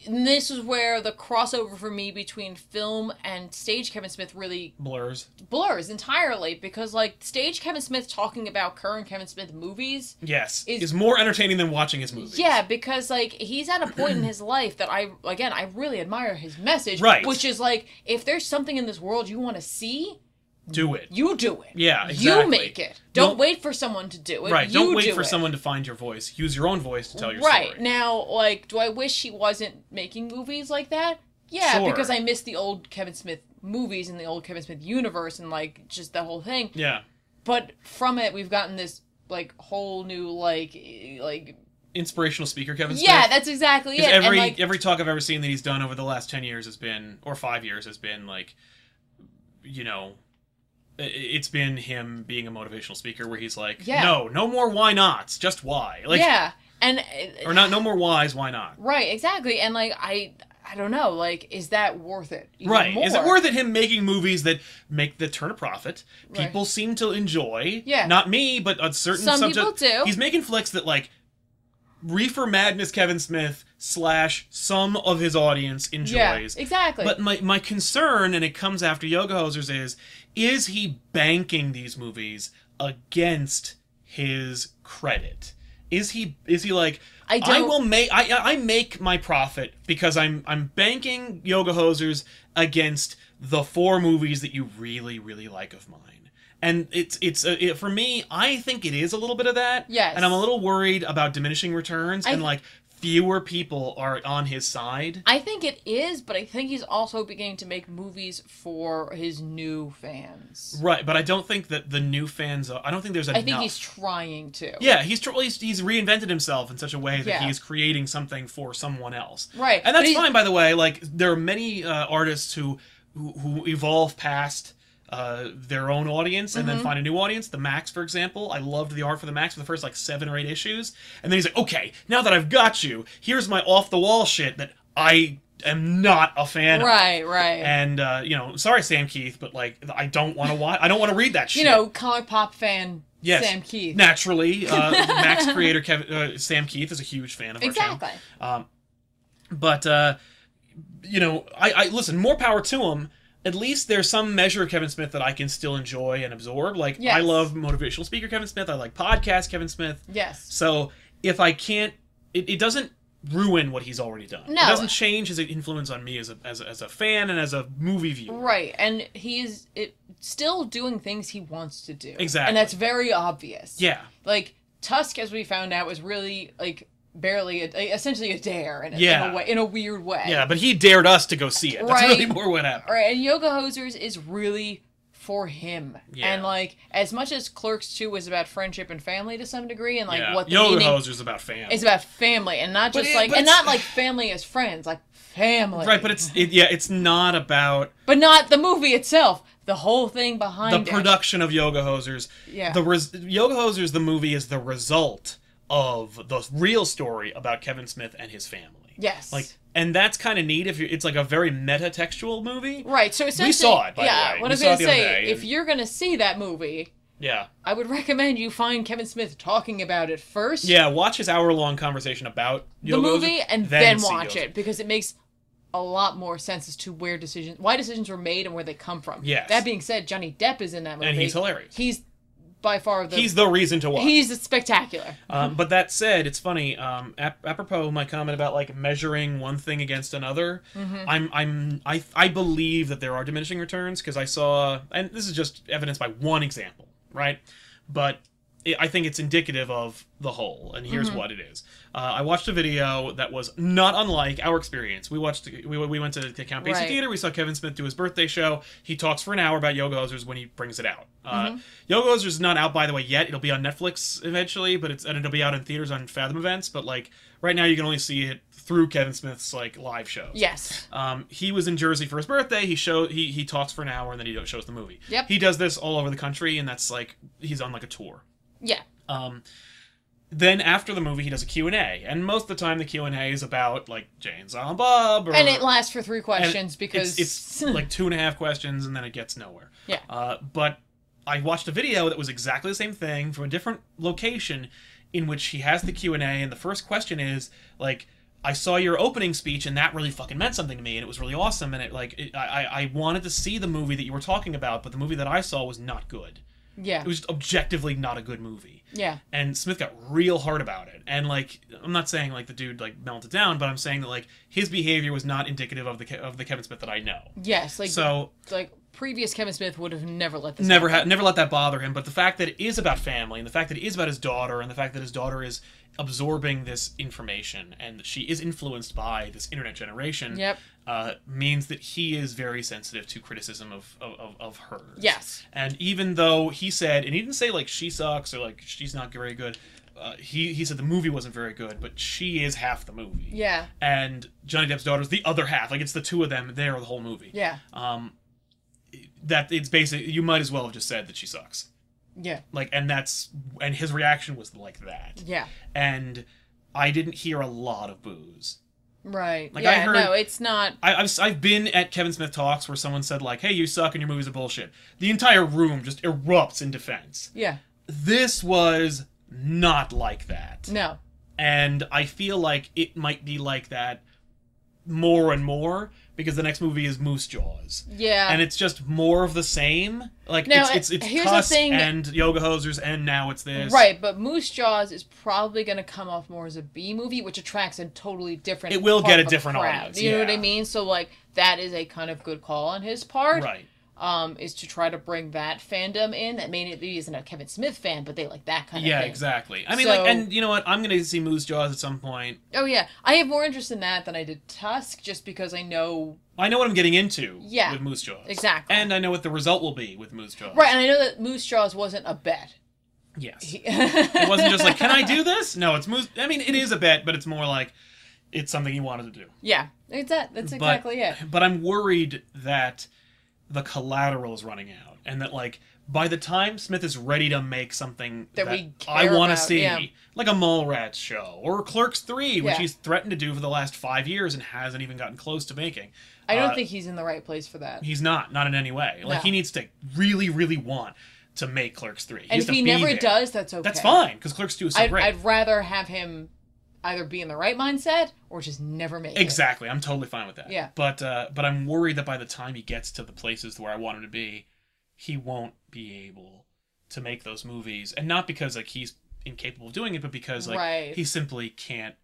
S4: and this is where the crossover for me between film and stage Kevin Smith really
S1: Blurs.
S4: blurs entirely because like stage Kevin Smith talking about current Kevin Smith movies
S1: Yes. Is,
S4: Is-
S1: more entertaining than watching his movies.
S4: Yeah, because like he's at a point in his life that I again I really admire his message.
S1: Right.
S4: Which is like if there's something in this world you want to see,
S1: Do it.
S4: you do it.
S1: Yeah,
S4: You
S1: exactly.
S4: make it. Don't,
S1: Don't-
S4: wait for someone to do it.
S1: right.
S4: You
S1: Don't wait
S4: do
S1: for
S4: it.
S1: someone to find your voice. Use your own voice to tell your
S4: Right.
S1: story.
S4: Now, like, do I wish he wasn't making movies like that? Yeah,
S1: Sure.
S4: because I miss the old Kevin Smith movies and the old Kevin Smith universe and like just that whole thing.
S1: Yeah.
S4: But from it we've gotten this like whole new like eh, like
S1: Inspirational speaker Kevin Smith.
S4: yeah, that's exactly it.
S1: Because every
S4: and, like,
S1: every talk I've ever seen that he's done over the last ten years has been, or five years has been like, you know, i- i- it's been him being a motivational speaker where he's like,
S4: Yeah.
S1: no, no more why nots, just why, like,
S4: yeah, and eh,
S1: or not, no more whys, why not?
S4: Right, exactly. And like I I don't know, like is that worth it? even
S1: Right? Is it
S4: more?
S1: worth it him making movies that make that turn a profit?
S4: Right.
S1: People seem to enjoy.
S4: Yeah.
S1: Not me, but on certain
S4: Some
S1: subject-
S4: people do.
S1: He's making flicks that like. Reefer Madness Kevin Smith slash some of his audience enjoys.
S4: Yeah, exactly.
S1: But my, my concern, and it comes after Yoga Hosers, is is he banking these movies against his credit? Is he is he like
S4: I don't-
S1: will make I I I make my profit because I'm I'm banking Yoga Hosers against the four movies that you really really like of mine. And it's it's uh, it, for me. I think it is a little bit of that.
S4: Yes.
S1: And I'm a little worried about diminishing returns
S4: I-
S1: and like fewer people are on his side.
S4: I think it is, but I think he's also beginning to make movies for his new fans.
S1: Right, but I don't think that the new fans. Are, I don't think there's enough.
S4: I think he's trying to.
S1: yeah, he's, tr- well, he's he's reinvented himself in such a way that
S4: Yeah.
S1: he is creating something for someone else.
S4: Right,
S1: and
S4: but
S1: that's
S4: he's-
S1: fine, by the way. Like there are many uh, artists who, who who evolve past uh, their own audience and
S4: Mm-hmm.
S1: then find a new audience. The Max, for example, I loved the art for the Max for the first like seven or eight issues, and then he's like, okay, now that I've got you, here's my off the wall shit that I am not a fan of.
S4: Right, right.
S1: And uh, you know, sorry, Sam Keith, but like, I don't want to watch. I don't want to read that shit.
S4: you know, comic pop fan
S1: Yes.
S4: Sam Keith.
S1: Naturally, uh, Max creator Kevin, uh, Sam Keith is a huge fan of our channel.
S4: exactly.
S1: Um, but uh, you know, I, I listen. More power to him. At least there's some measure of Kevin Smith that I can still enjoy and absorb. Like I
S4: Yes.
S1: love motivational speaker Kevin Smith. I like podcast Kevin Smith.
S4: Yes.
S1: So if I can't, it, it doesn't ruin what he's already done.
S4: No.
S1: It doesn't change his influence on me as a, as a as a fan and as a movie viewer.
S4: Right, and he's it, still doing things he wants to do.
S1: Exactly.
S4: And that's very obvious.
S1: Yeah.
S4: Like Tusk, as we found out, was really like barely, a, essentially a dare in a, in
S1: Yeah.
S4: a way, in a weird way.
S1: Yeah, but he dared us to go see it. That's
S4: Right.
S1: really more what happened.
S4: All right, and Yoga Hosers is really for him.
S1: Yeah.
S4: And like as much as Clerks 2 was about friendship and family to some degree and like
S1: yeah.
S4: what the
S1: Yoga
S4: meaning
S1: Hoser's about fans.
S4: it's about family and not
S1: But
S4: just
S1: it-
S4: like
S1: but
S4: and
S1: it's-
S4: not like family as friends, like family.
S1: Right, but it's it, yeah, it's not about
S4: But not the movie itself, the whole thing behind
S1: the
S4: it.
S1: production of Yoga Hosers.
S4: Yeah.
S1: The res- Yoga Hosers the movie is the result of the real story about Kevin Smith and his family.
S4: Yes.
S1: Like and that's kind of neat if you it's like a very meta-textual movie.
S4: Right, so essentially,
S1: saw it, by the
S4: yeah.
S1: way. We
S4: What I was
S1: saw it
S4: gonna
S1: the other
S4: say,
S1: day,
S4: if
S1: and-
S4: you're gonna see that movie,
S1: Yeah.
S4: I would recommend you find Kevin Smith talking about it first.
S1: Yeah, watch his hour-long conversation about
S4: the
S1: Yoga
S4: movie
S1: Hosers,
S4: and then,
S1: see
S4: watch
S1: Yoga
S4: it because it makes a lot more sense as to where decisions why decisions were made and where they come from.
S1: Yes.
S4: That being said, Johnny Depp is in that movie.
S1: And he's hilarious.
S4: He's by far the
S1: He's the reason to watch.
S4: he's spectacular.
S1: Um, but that said, it's funny. Um, ap- apropos of my comment about like measuring one thing against another, I'm I'm I I believe that there are diminishing returns because I saw, and this is just evidence by one example, right? But it, I think it's indicative of the whole, and here's what it is. Uh, I watched a video that was not unlike our experience. We watched we, we went to the Count Basie
S4: Right.
S1: Theater. We saw Kevin Smith do his birthday show. He talks for an hour about Yoga Hosers when he brings it out. Uh,
S4: Mm-hmm.
S1: Yoga Hosers is not out, by the way, yet. It'll be on Netflix eventually, but it's and it'll be out in theaters on Fathom events. But like right now, you can only see it through Kevin Smith's like live shows.
S4: Yes.
S1: Um, he was in Jersey for his birthday. He show he he talks for an hour and then he shows the movie.
S4: Yep.
S1: He does this all over the country, and that's like he's on like a tour.
S4: Yeah.
S1: Um, then after the movie, he does a Q and A, and most of the time the Q and A is about like Jane on Bob, or,
S4: And it lasts for three
S1: and
S4: questions because
S1: it's, it's like two and a half questions, and then it gets nowhere.
S4: Yeah.
S1: Uh, but I watched a video that was exactly the same thing from a different location, in which he has the Q and A, and the first question is like, "I saw your opening speech, and that really fucking meant something to me, and it was really awesome, and it like it, I I I wanted to see the movie that you were talking about, but the movie that I saw was not good.
S4: yeah.
S1: It was just objectively not a good movie."
S4: yeah.
S1: and Smith got real hard about it. And like, I'm not saying like the dude like melted down, but I'm saying that like his behavior was not indicative of the Ke- of the Kevin Smith that I know.
S4: Yes. Like
S1: So
S4: like previous Kevin Smith would have never let this
S1: never ha- never let that bother him. But the fact that it is about family, and the fact that it is about his daughter, and the fact that his daughter is absorbing this information, and that she is influenced by this internet generation,
S4: Yep.
S1: uh, means that he is very sensitive to criticism of of, of, of her.
S4: Yes.
S1: And even though he said, and he didn't say like she sucks or like she's not very good, uh, he he said the movie wasn't very good, but she is half the movie.
S4: Yeah.
S1: And Johnny Depp's daughter's the other half. Like it's the two of them. They're the whole movie.
S4: Yeah.
S1: Um, that it's basically you might as well have just said that she sucks.
S4: Yeah.
S1: Like and that's and his reaction was like that.
S4: Yeah.
S1: And I didn't hear a lot of booze.
S4: Right.
S1: Like, I
S4: yeah,
S1: heard-
S4: no, it's not
S1: I, I've, I've been at Kevin Smith talks where someone said like, "Hey, you suck and your movies are bullshit." The entire room just erupts in defense.
S4: Yeah.
S1: This was not like that,
S4: No.
S1: and I feel like it might be like that more and more because the next movie is Moose Jaws,
S4: Yeah.
S1: and it's just more of the same. Like
S4: Now,
S1: it's it's it's
S4: here's the
S1: cuss
S4: thing-
S1: and yoga hosers, and now it's this.
S4: Right, but Moose Jaws is probably going to come off more as a B movie, which attracts a totally different.
S1: It will
S4: part
S1: get a
S4: of
S1: different
S4: crowd.
S1: audience,
S4: You know what I
S1: yeah.
S4: mean? So like that is a kind of good call on his part.
S1: Right.
S4: um, is to try to bring that fandom in. That maybe isn't a Kevin Smith fan, but they like that kind
S1: yeah,
S4: of thing.
S1: exactly. I mean,
S4: So-
S1: like, and you know what? I'm gonna see Moose Jaws at some point.
S4: Oh yeah, I have more interest in that than I did Tusk, just because I know
S1: I know what I'm getting into.
S4: Yeah,
S1: with Moose Jaws.
S4: exactly.
S1: And I know what the result will be with Moose Jaws.
S4: right, and I know that Moose Jaws wasn't a bet.
S1: Yes.
S4: it
S1: It wasn't just like, can I do this? No, it's Moose. I mean, it is a bet, but it's more like it's something he wanted to do.
S4: Yeah, it's that. That's
S1: But-
S4: exactly it.
S1: But I'm worried that the collateral is running out, and that like by the time Smith is ready to make something
S4: That we
S1: I
S4: care
S1: wanna
S4: about,
S1: see,
S4: yeah.
S1: like a Mallrats show or Clerks Three, which
S4: Yeah.
S1: he's threatened to do for the last five years and hasn't even gotten close to making.
S4: I don't
S1: Uh,
S4: think he's in the right place for that.
S1: he's not, not in any way. Like
S4: No.
S1: he needs to really, really want to make Clerks Three. He
S4: and
S1: has
S4: if
S1: to
S4: he
S1: be
S4: never
S1: there.
S4: does, that's okay.
S1: that's fine because Clerks Two is so
S4: I'd,
S1: great.
S4: I'd rather have him either be in the right mindset or just never make it.
S1: Exactly. I'm totally fine with that.
S4: Yeah.
S1: But uh, but I'm worried that by the time he gets to the places where I want him to be, he won't be able to make those movies, and not because like he's incapable of doing it, but because like
S4: Right.
S1: he simply can't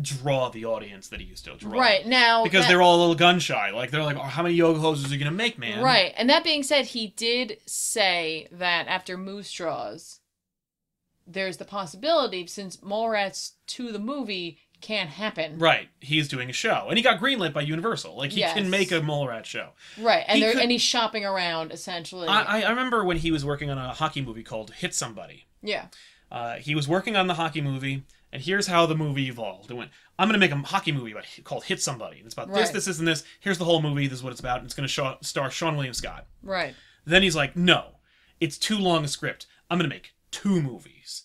S1: draw the audience that he used to draw.
S4: Right now,
S1: Because
S4: that-
S1: they're all a little gun shy. Like they're like, oh, how many yoga hoses are you gonna make, man?
S4: Right. And that being said, he did say that after Moose Jaws, there's the possibility, since Mallrats to the movie can't happen.
S1: Right. He's doing a show, and he got greenlit by Universal. Like he
S4: Yes.
S1: can make a mole rat show.
S4: Right, And,
S1: He
S4: there,
S1: could-
S4: and he's shopping around, essentially.
S1: I, I- I remember when he was working on a hockey movie called Hit Somebody.
S4: yeah.
S1: Uh, he was working on the hockey movie, and here's how the movie evolved. It went, I'm going to make a hockey movie about, called Hit Somebody. And it's about this,
S4: Right.
S1: this, this, and this. Here's the whole movie. This is what it's about. And it's going to show, star Sean William Scott.
S4: Right.
S1: Then he's like, no, it's too long a script. I'm going to make two movies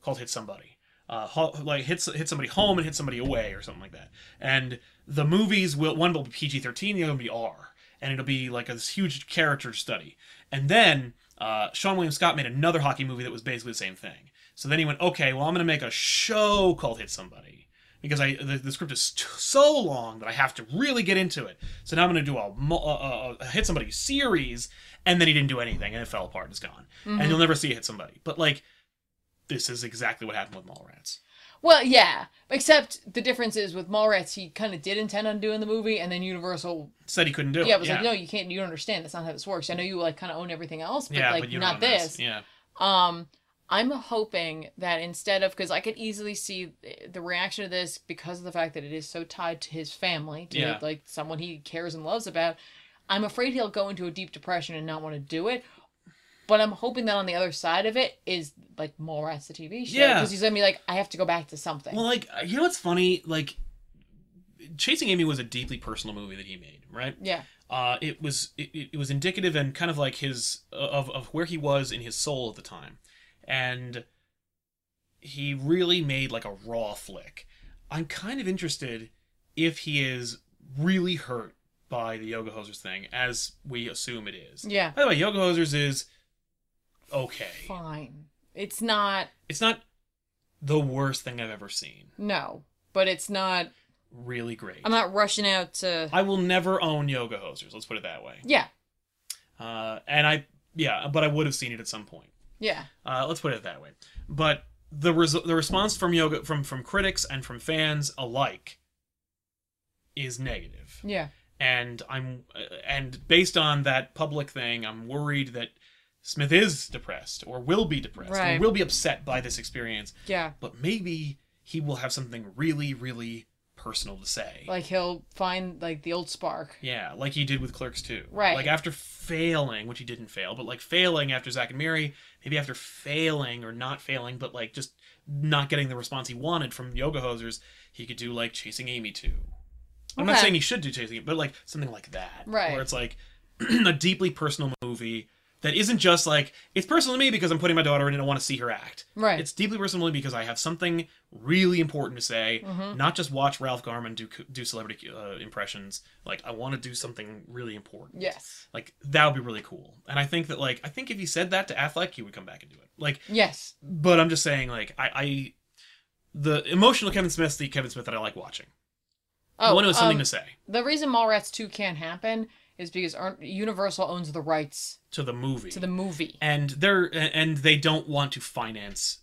S1: called Hit Somebody. Uh, ho- like hit hit somebody home and hit somebody away or something like that. And the movies will one will be PG thirteen, the other will be R, and it'll be like a this huge character study. And then uh, Sean William Scott made another hockey movie that was basically the same thing. So then he went, okay, well I'm going to make a show called Hit Somebody because I the, the script is t- so long that I have to really get into it. So now I'm going to do a, mu- a, a, a hit somebody series, and then he didn't do anything, and it fell apart. and It's gone, and you'll never see hit somebody. But like, this is exactly what happened with Mallrats.
S4: Well, yeah. Except the difference is with Mallrats, he kind of did intend on doing the movie, and then Universal,
S1: Said he couldn't do it.
S4: yeah, was like, no, you can't, you don't understand. That's not how this works. I know you like kind of own everything else, but
S1: yeah,
S4: like
S1: but you don't
S4: not
S1: know
S4: this.
S1: Yeah,
S4: Um, I'm hoping that instead of because I could easily see the reaction to this because of the fact that it is so tied to his family, to
S1: Yeah.
S4: like someone he cares and loves about. I'm afraid he'll go into a deep depression and not want to do it. But I'm hoping that on the other side of it is like more rats the TV show.
S1: Yeah.
S4: Because he's gonna be like, I have to go back to something.
S1: well, like uh, you know what's funny? Like, Chasing Amy was a deeply personal movie that he made, right?
S4: yeah.
S1: Uh, it was it, it- it was indicative and kind of like his uh, of of where he was in his soul at the time, and he really made like a raw flick. I'm kind of interested if he is really hurt by the Yoga Hosers thing, as we assume it is.
S4: Yeah.
S1: By the way, Yoga Hosers is okay.
S4: Fine. It's not
S1: It's not the worst thing I've ever seen.
S4: no. But it's not
S1: Really great.
S4: I'm not rushing out to
S1: I will never own Yoga Hosers. Let's put it that way.
S4: Yeah.
S1: Uh, and I yeah, but I would have seen it at some point.
S4: Yeah.
S1: Uh, let's put it that way. But the res- the response from yoga from from critics and from fans alike is negative.
S4: Yeah.
S1: And I'm uh, and based on that public thing, I'm worried that Smith is depressed or will be depressed
S4: Right.
S1: or will be upset by this experience.
S4: Yeah.
S1: But maybe he will have something really really personal to say.
S4: Like he'll find like the old spark.
S1: Yeah, like he did with Clerks too.
S4: Right.
S1: Like after failing, which he didn't fail, but like failing after Zack and Mary, maybe after failing or not failing, but like just not getting the response he wanted from Yoga Hosers, he could do like Chasing Amy too. I'm not
S4: Okay.
S1: saying he should do Chasing Amy, but like something like that.
S4: Right.
S1: Where it's like a deeply personal movie that isn't just like, it's personal to me because I'm putting my daughter in and I want to see her act.
S4: Right.
S1: It's deeply personal to me because I have something really important to say,
S4: Mm-hmm.
S1: not just watch Ralph Garman do do celebrity uh, impressions. Like I want to do something really important.
S4: Yes.
S1: Like that would be really cool. And I think that like I think if you said that to Affleck, he would come back and do it. Like,
S4: Yes.
S1: but I'm just saying like I, I the emotional Kevin Smith's the Kevin Smith that I like watching.
S4: Oh,
S1: I want to have something
S4: um,
S1: to say
S4: The reason Mallrats 2 can't happen is because Ern- Universal owns the rights
S1: to the movie.
S4: to the movie.
S1: and they're and they don't want to finance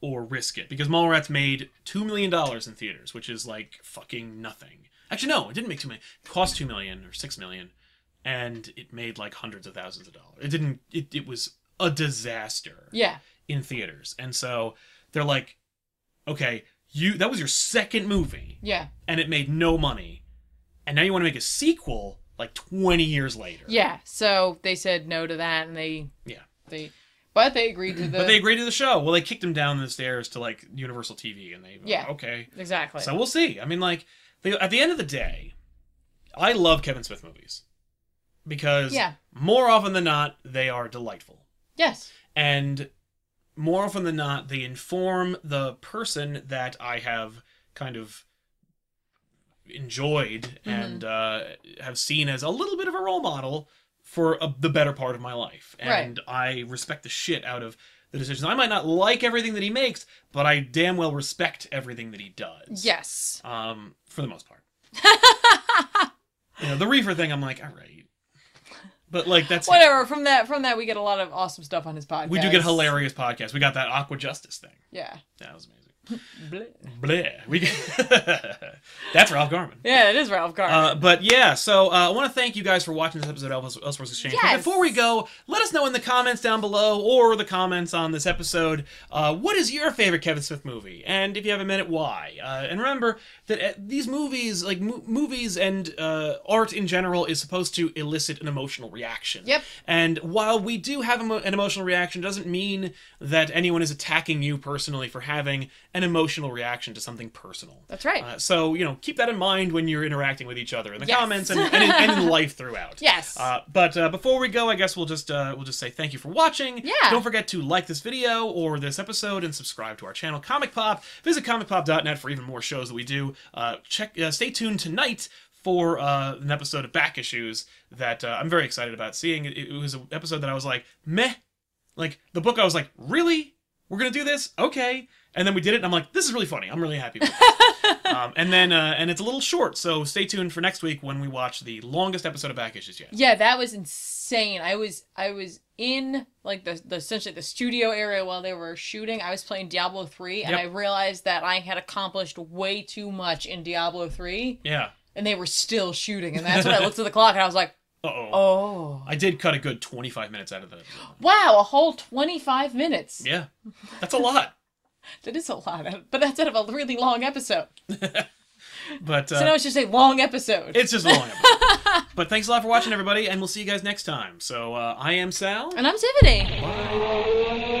S1: or risk it because Mallrats made two million dollars in theaters, which is like fucking nothing. Actually, no, it didn't make two million. It cost two million or six million. and it made like hundreds of thousands of dollars. It didn't. It it was a disaster
S4: Yeah.
S1: in theaters, and so they're like, okay, you that was your second movie,
S4: Yeah.
S1: and it made no money, and now you want to make a sequel like twenty years later.
S4: Yeah. So they said no to that and they
S1: Yeah.
S4: they but they agreed to the
S1: But they agreed to the show. Well, they kicked him down the stairs to like Universal TV, and they
S4: Yeah.
S1: okay.
S4: Exactly.
S1: So we'll see. I mean, like they, at the end of the day, I love Kevin Smith movies because
S4: Yeah.
S1: more often than not they are delightful,
S4: yes.
S1: and more often than not they inform the person that I have kind of enjoyed
S4: Mm-hmm.
S1: and uh, have seen as a little bit of a role model for a, the better part of my life.
S4: Right.
S1: And I respect the shit out of the decisions. I might not like everything that he makes, but I damn well respect everything that he does.
S4: Yes.
S1: Um, for the most part. you know, the reefer thing, I'm like, all right. But like that's
S4: Whatever. From that from that we get a lot of awesome stuff on his podcast.
S1: we do get hilarious podcasts. We got that Aqua Justice thing.
S4: Yeah.
S1: That was amazing. Bleh. We that's Ralph Garman.
S4: Yeah, it is Ralph Garman.
S1: Uh, but yeah, so uh, I want to thank you guys for watching this episode of Else- Elseworlds Exchange. But
S4: Yes.
S1: before we go, let us know in the comments down below or the comments on this episode uh, what is your favorite Kevin Smith movie, and if you have a minute, why. Uh, and remember that uh, these movies, like mo- movies and uh, art in general, is supposed to elicit an emotional reaction.
S4: Yep.
S1: And while we do have emo- an emotional reaction, doesn't mean that anyone is attacking you personally for having an emotional reaction to something personal.
S4: That's right.
S1: Uh, so you know, keep that in mind when you're interacting with each other in the
S4: Yes.
S1: comments and, and, in, and in life throughout.
S4: Yes.
S1: Uh, but uh, before we go, I guess we'll just uh, we'll just say thank you for watching.
S4: Yeah.
S1: Don't forget to like this video or this episode and subscribe to our channel, Comic Pop. Visit comicpop.net for even more shows that we do. Uh, check. Uh, stay tuned tonight. For uh, an episode of Back Issues that uh, I'm very excited about seeing. It, it was an episode that I was like, meh. Like, the book, I was like, really? We're going to do this? Okay. And then we did it, and I'm like, this is really funny. I'm really happy with it um, and then uh, and it's a little short, so stay tuned for next week when we watch the longest episode of Back Issues yet.
S4: yeah, that was insane. I was I was in like the, the essentially the studio area while they were shooting. I was playing Diablo 3 and
S1: Yep.
S4: I realized that I had accomplished way too much in Diablo 3
S1: Yeah.
S4: and they were still shooting and that's when I looked at the clock and I was like,
S1: Uh oh.
S4: "Oh.
S1: I did cut a good 25 minutes out of the.
S4: Wow, a whole 25 minutes."
S1: Yeah. That's a lot.
S4: That is a lot, of, but that's out of a really long episode.
S1: But
S4: So now
S1: uh,
S4: it's just a long episode.
S1: it's just a long episode. but thanks a lot for watching, everybody, and we'll see you guys next time. So uh, I am Sal.
S4: and I'm Tiffany.
S1: Bye.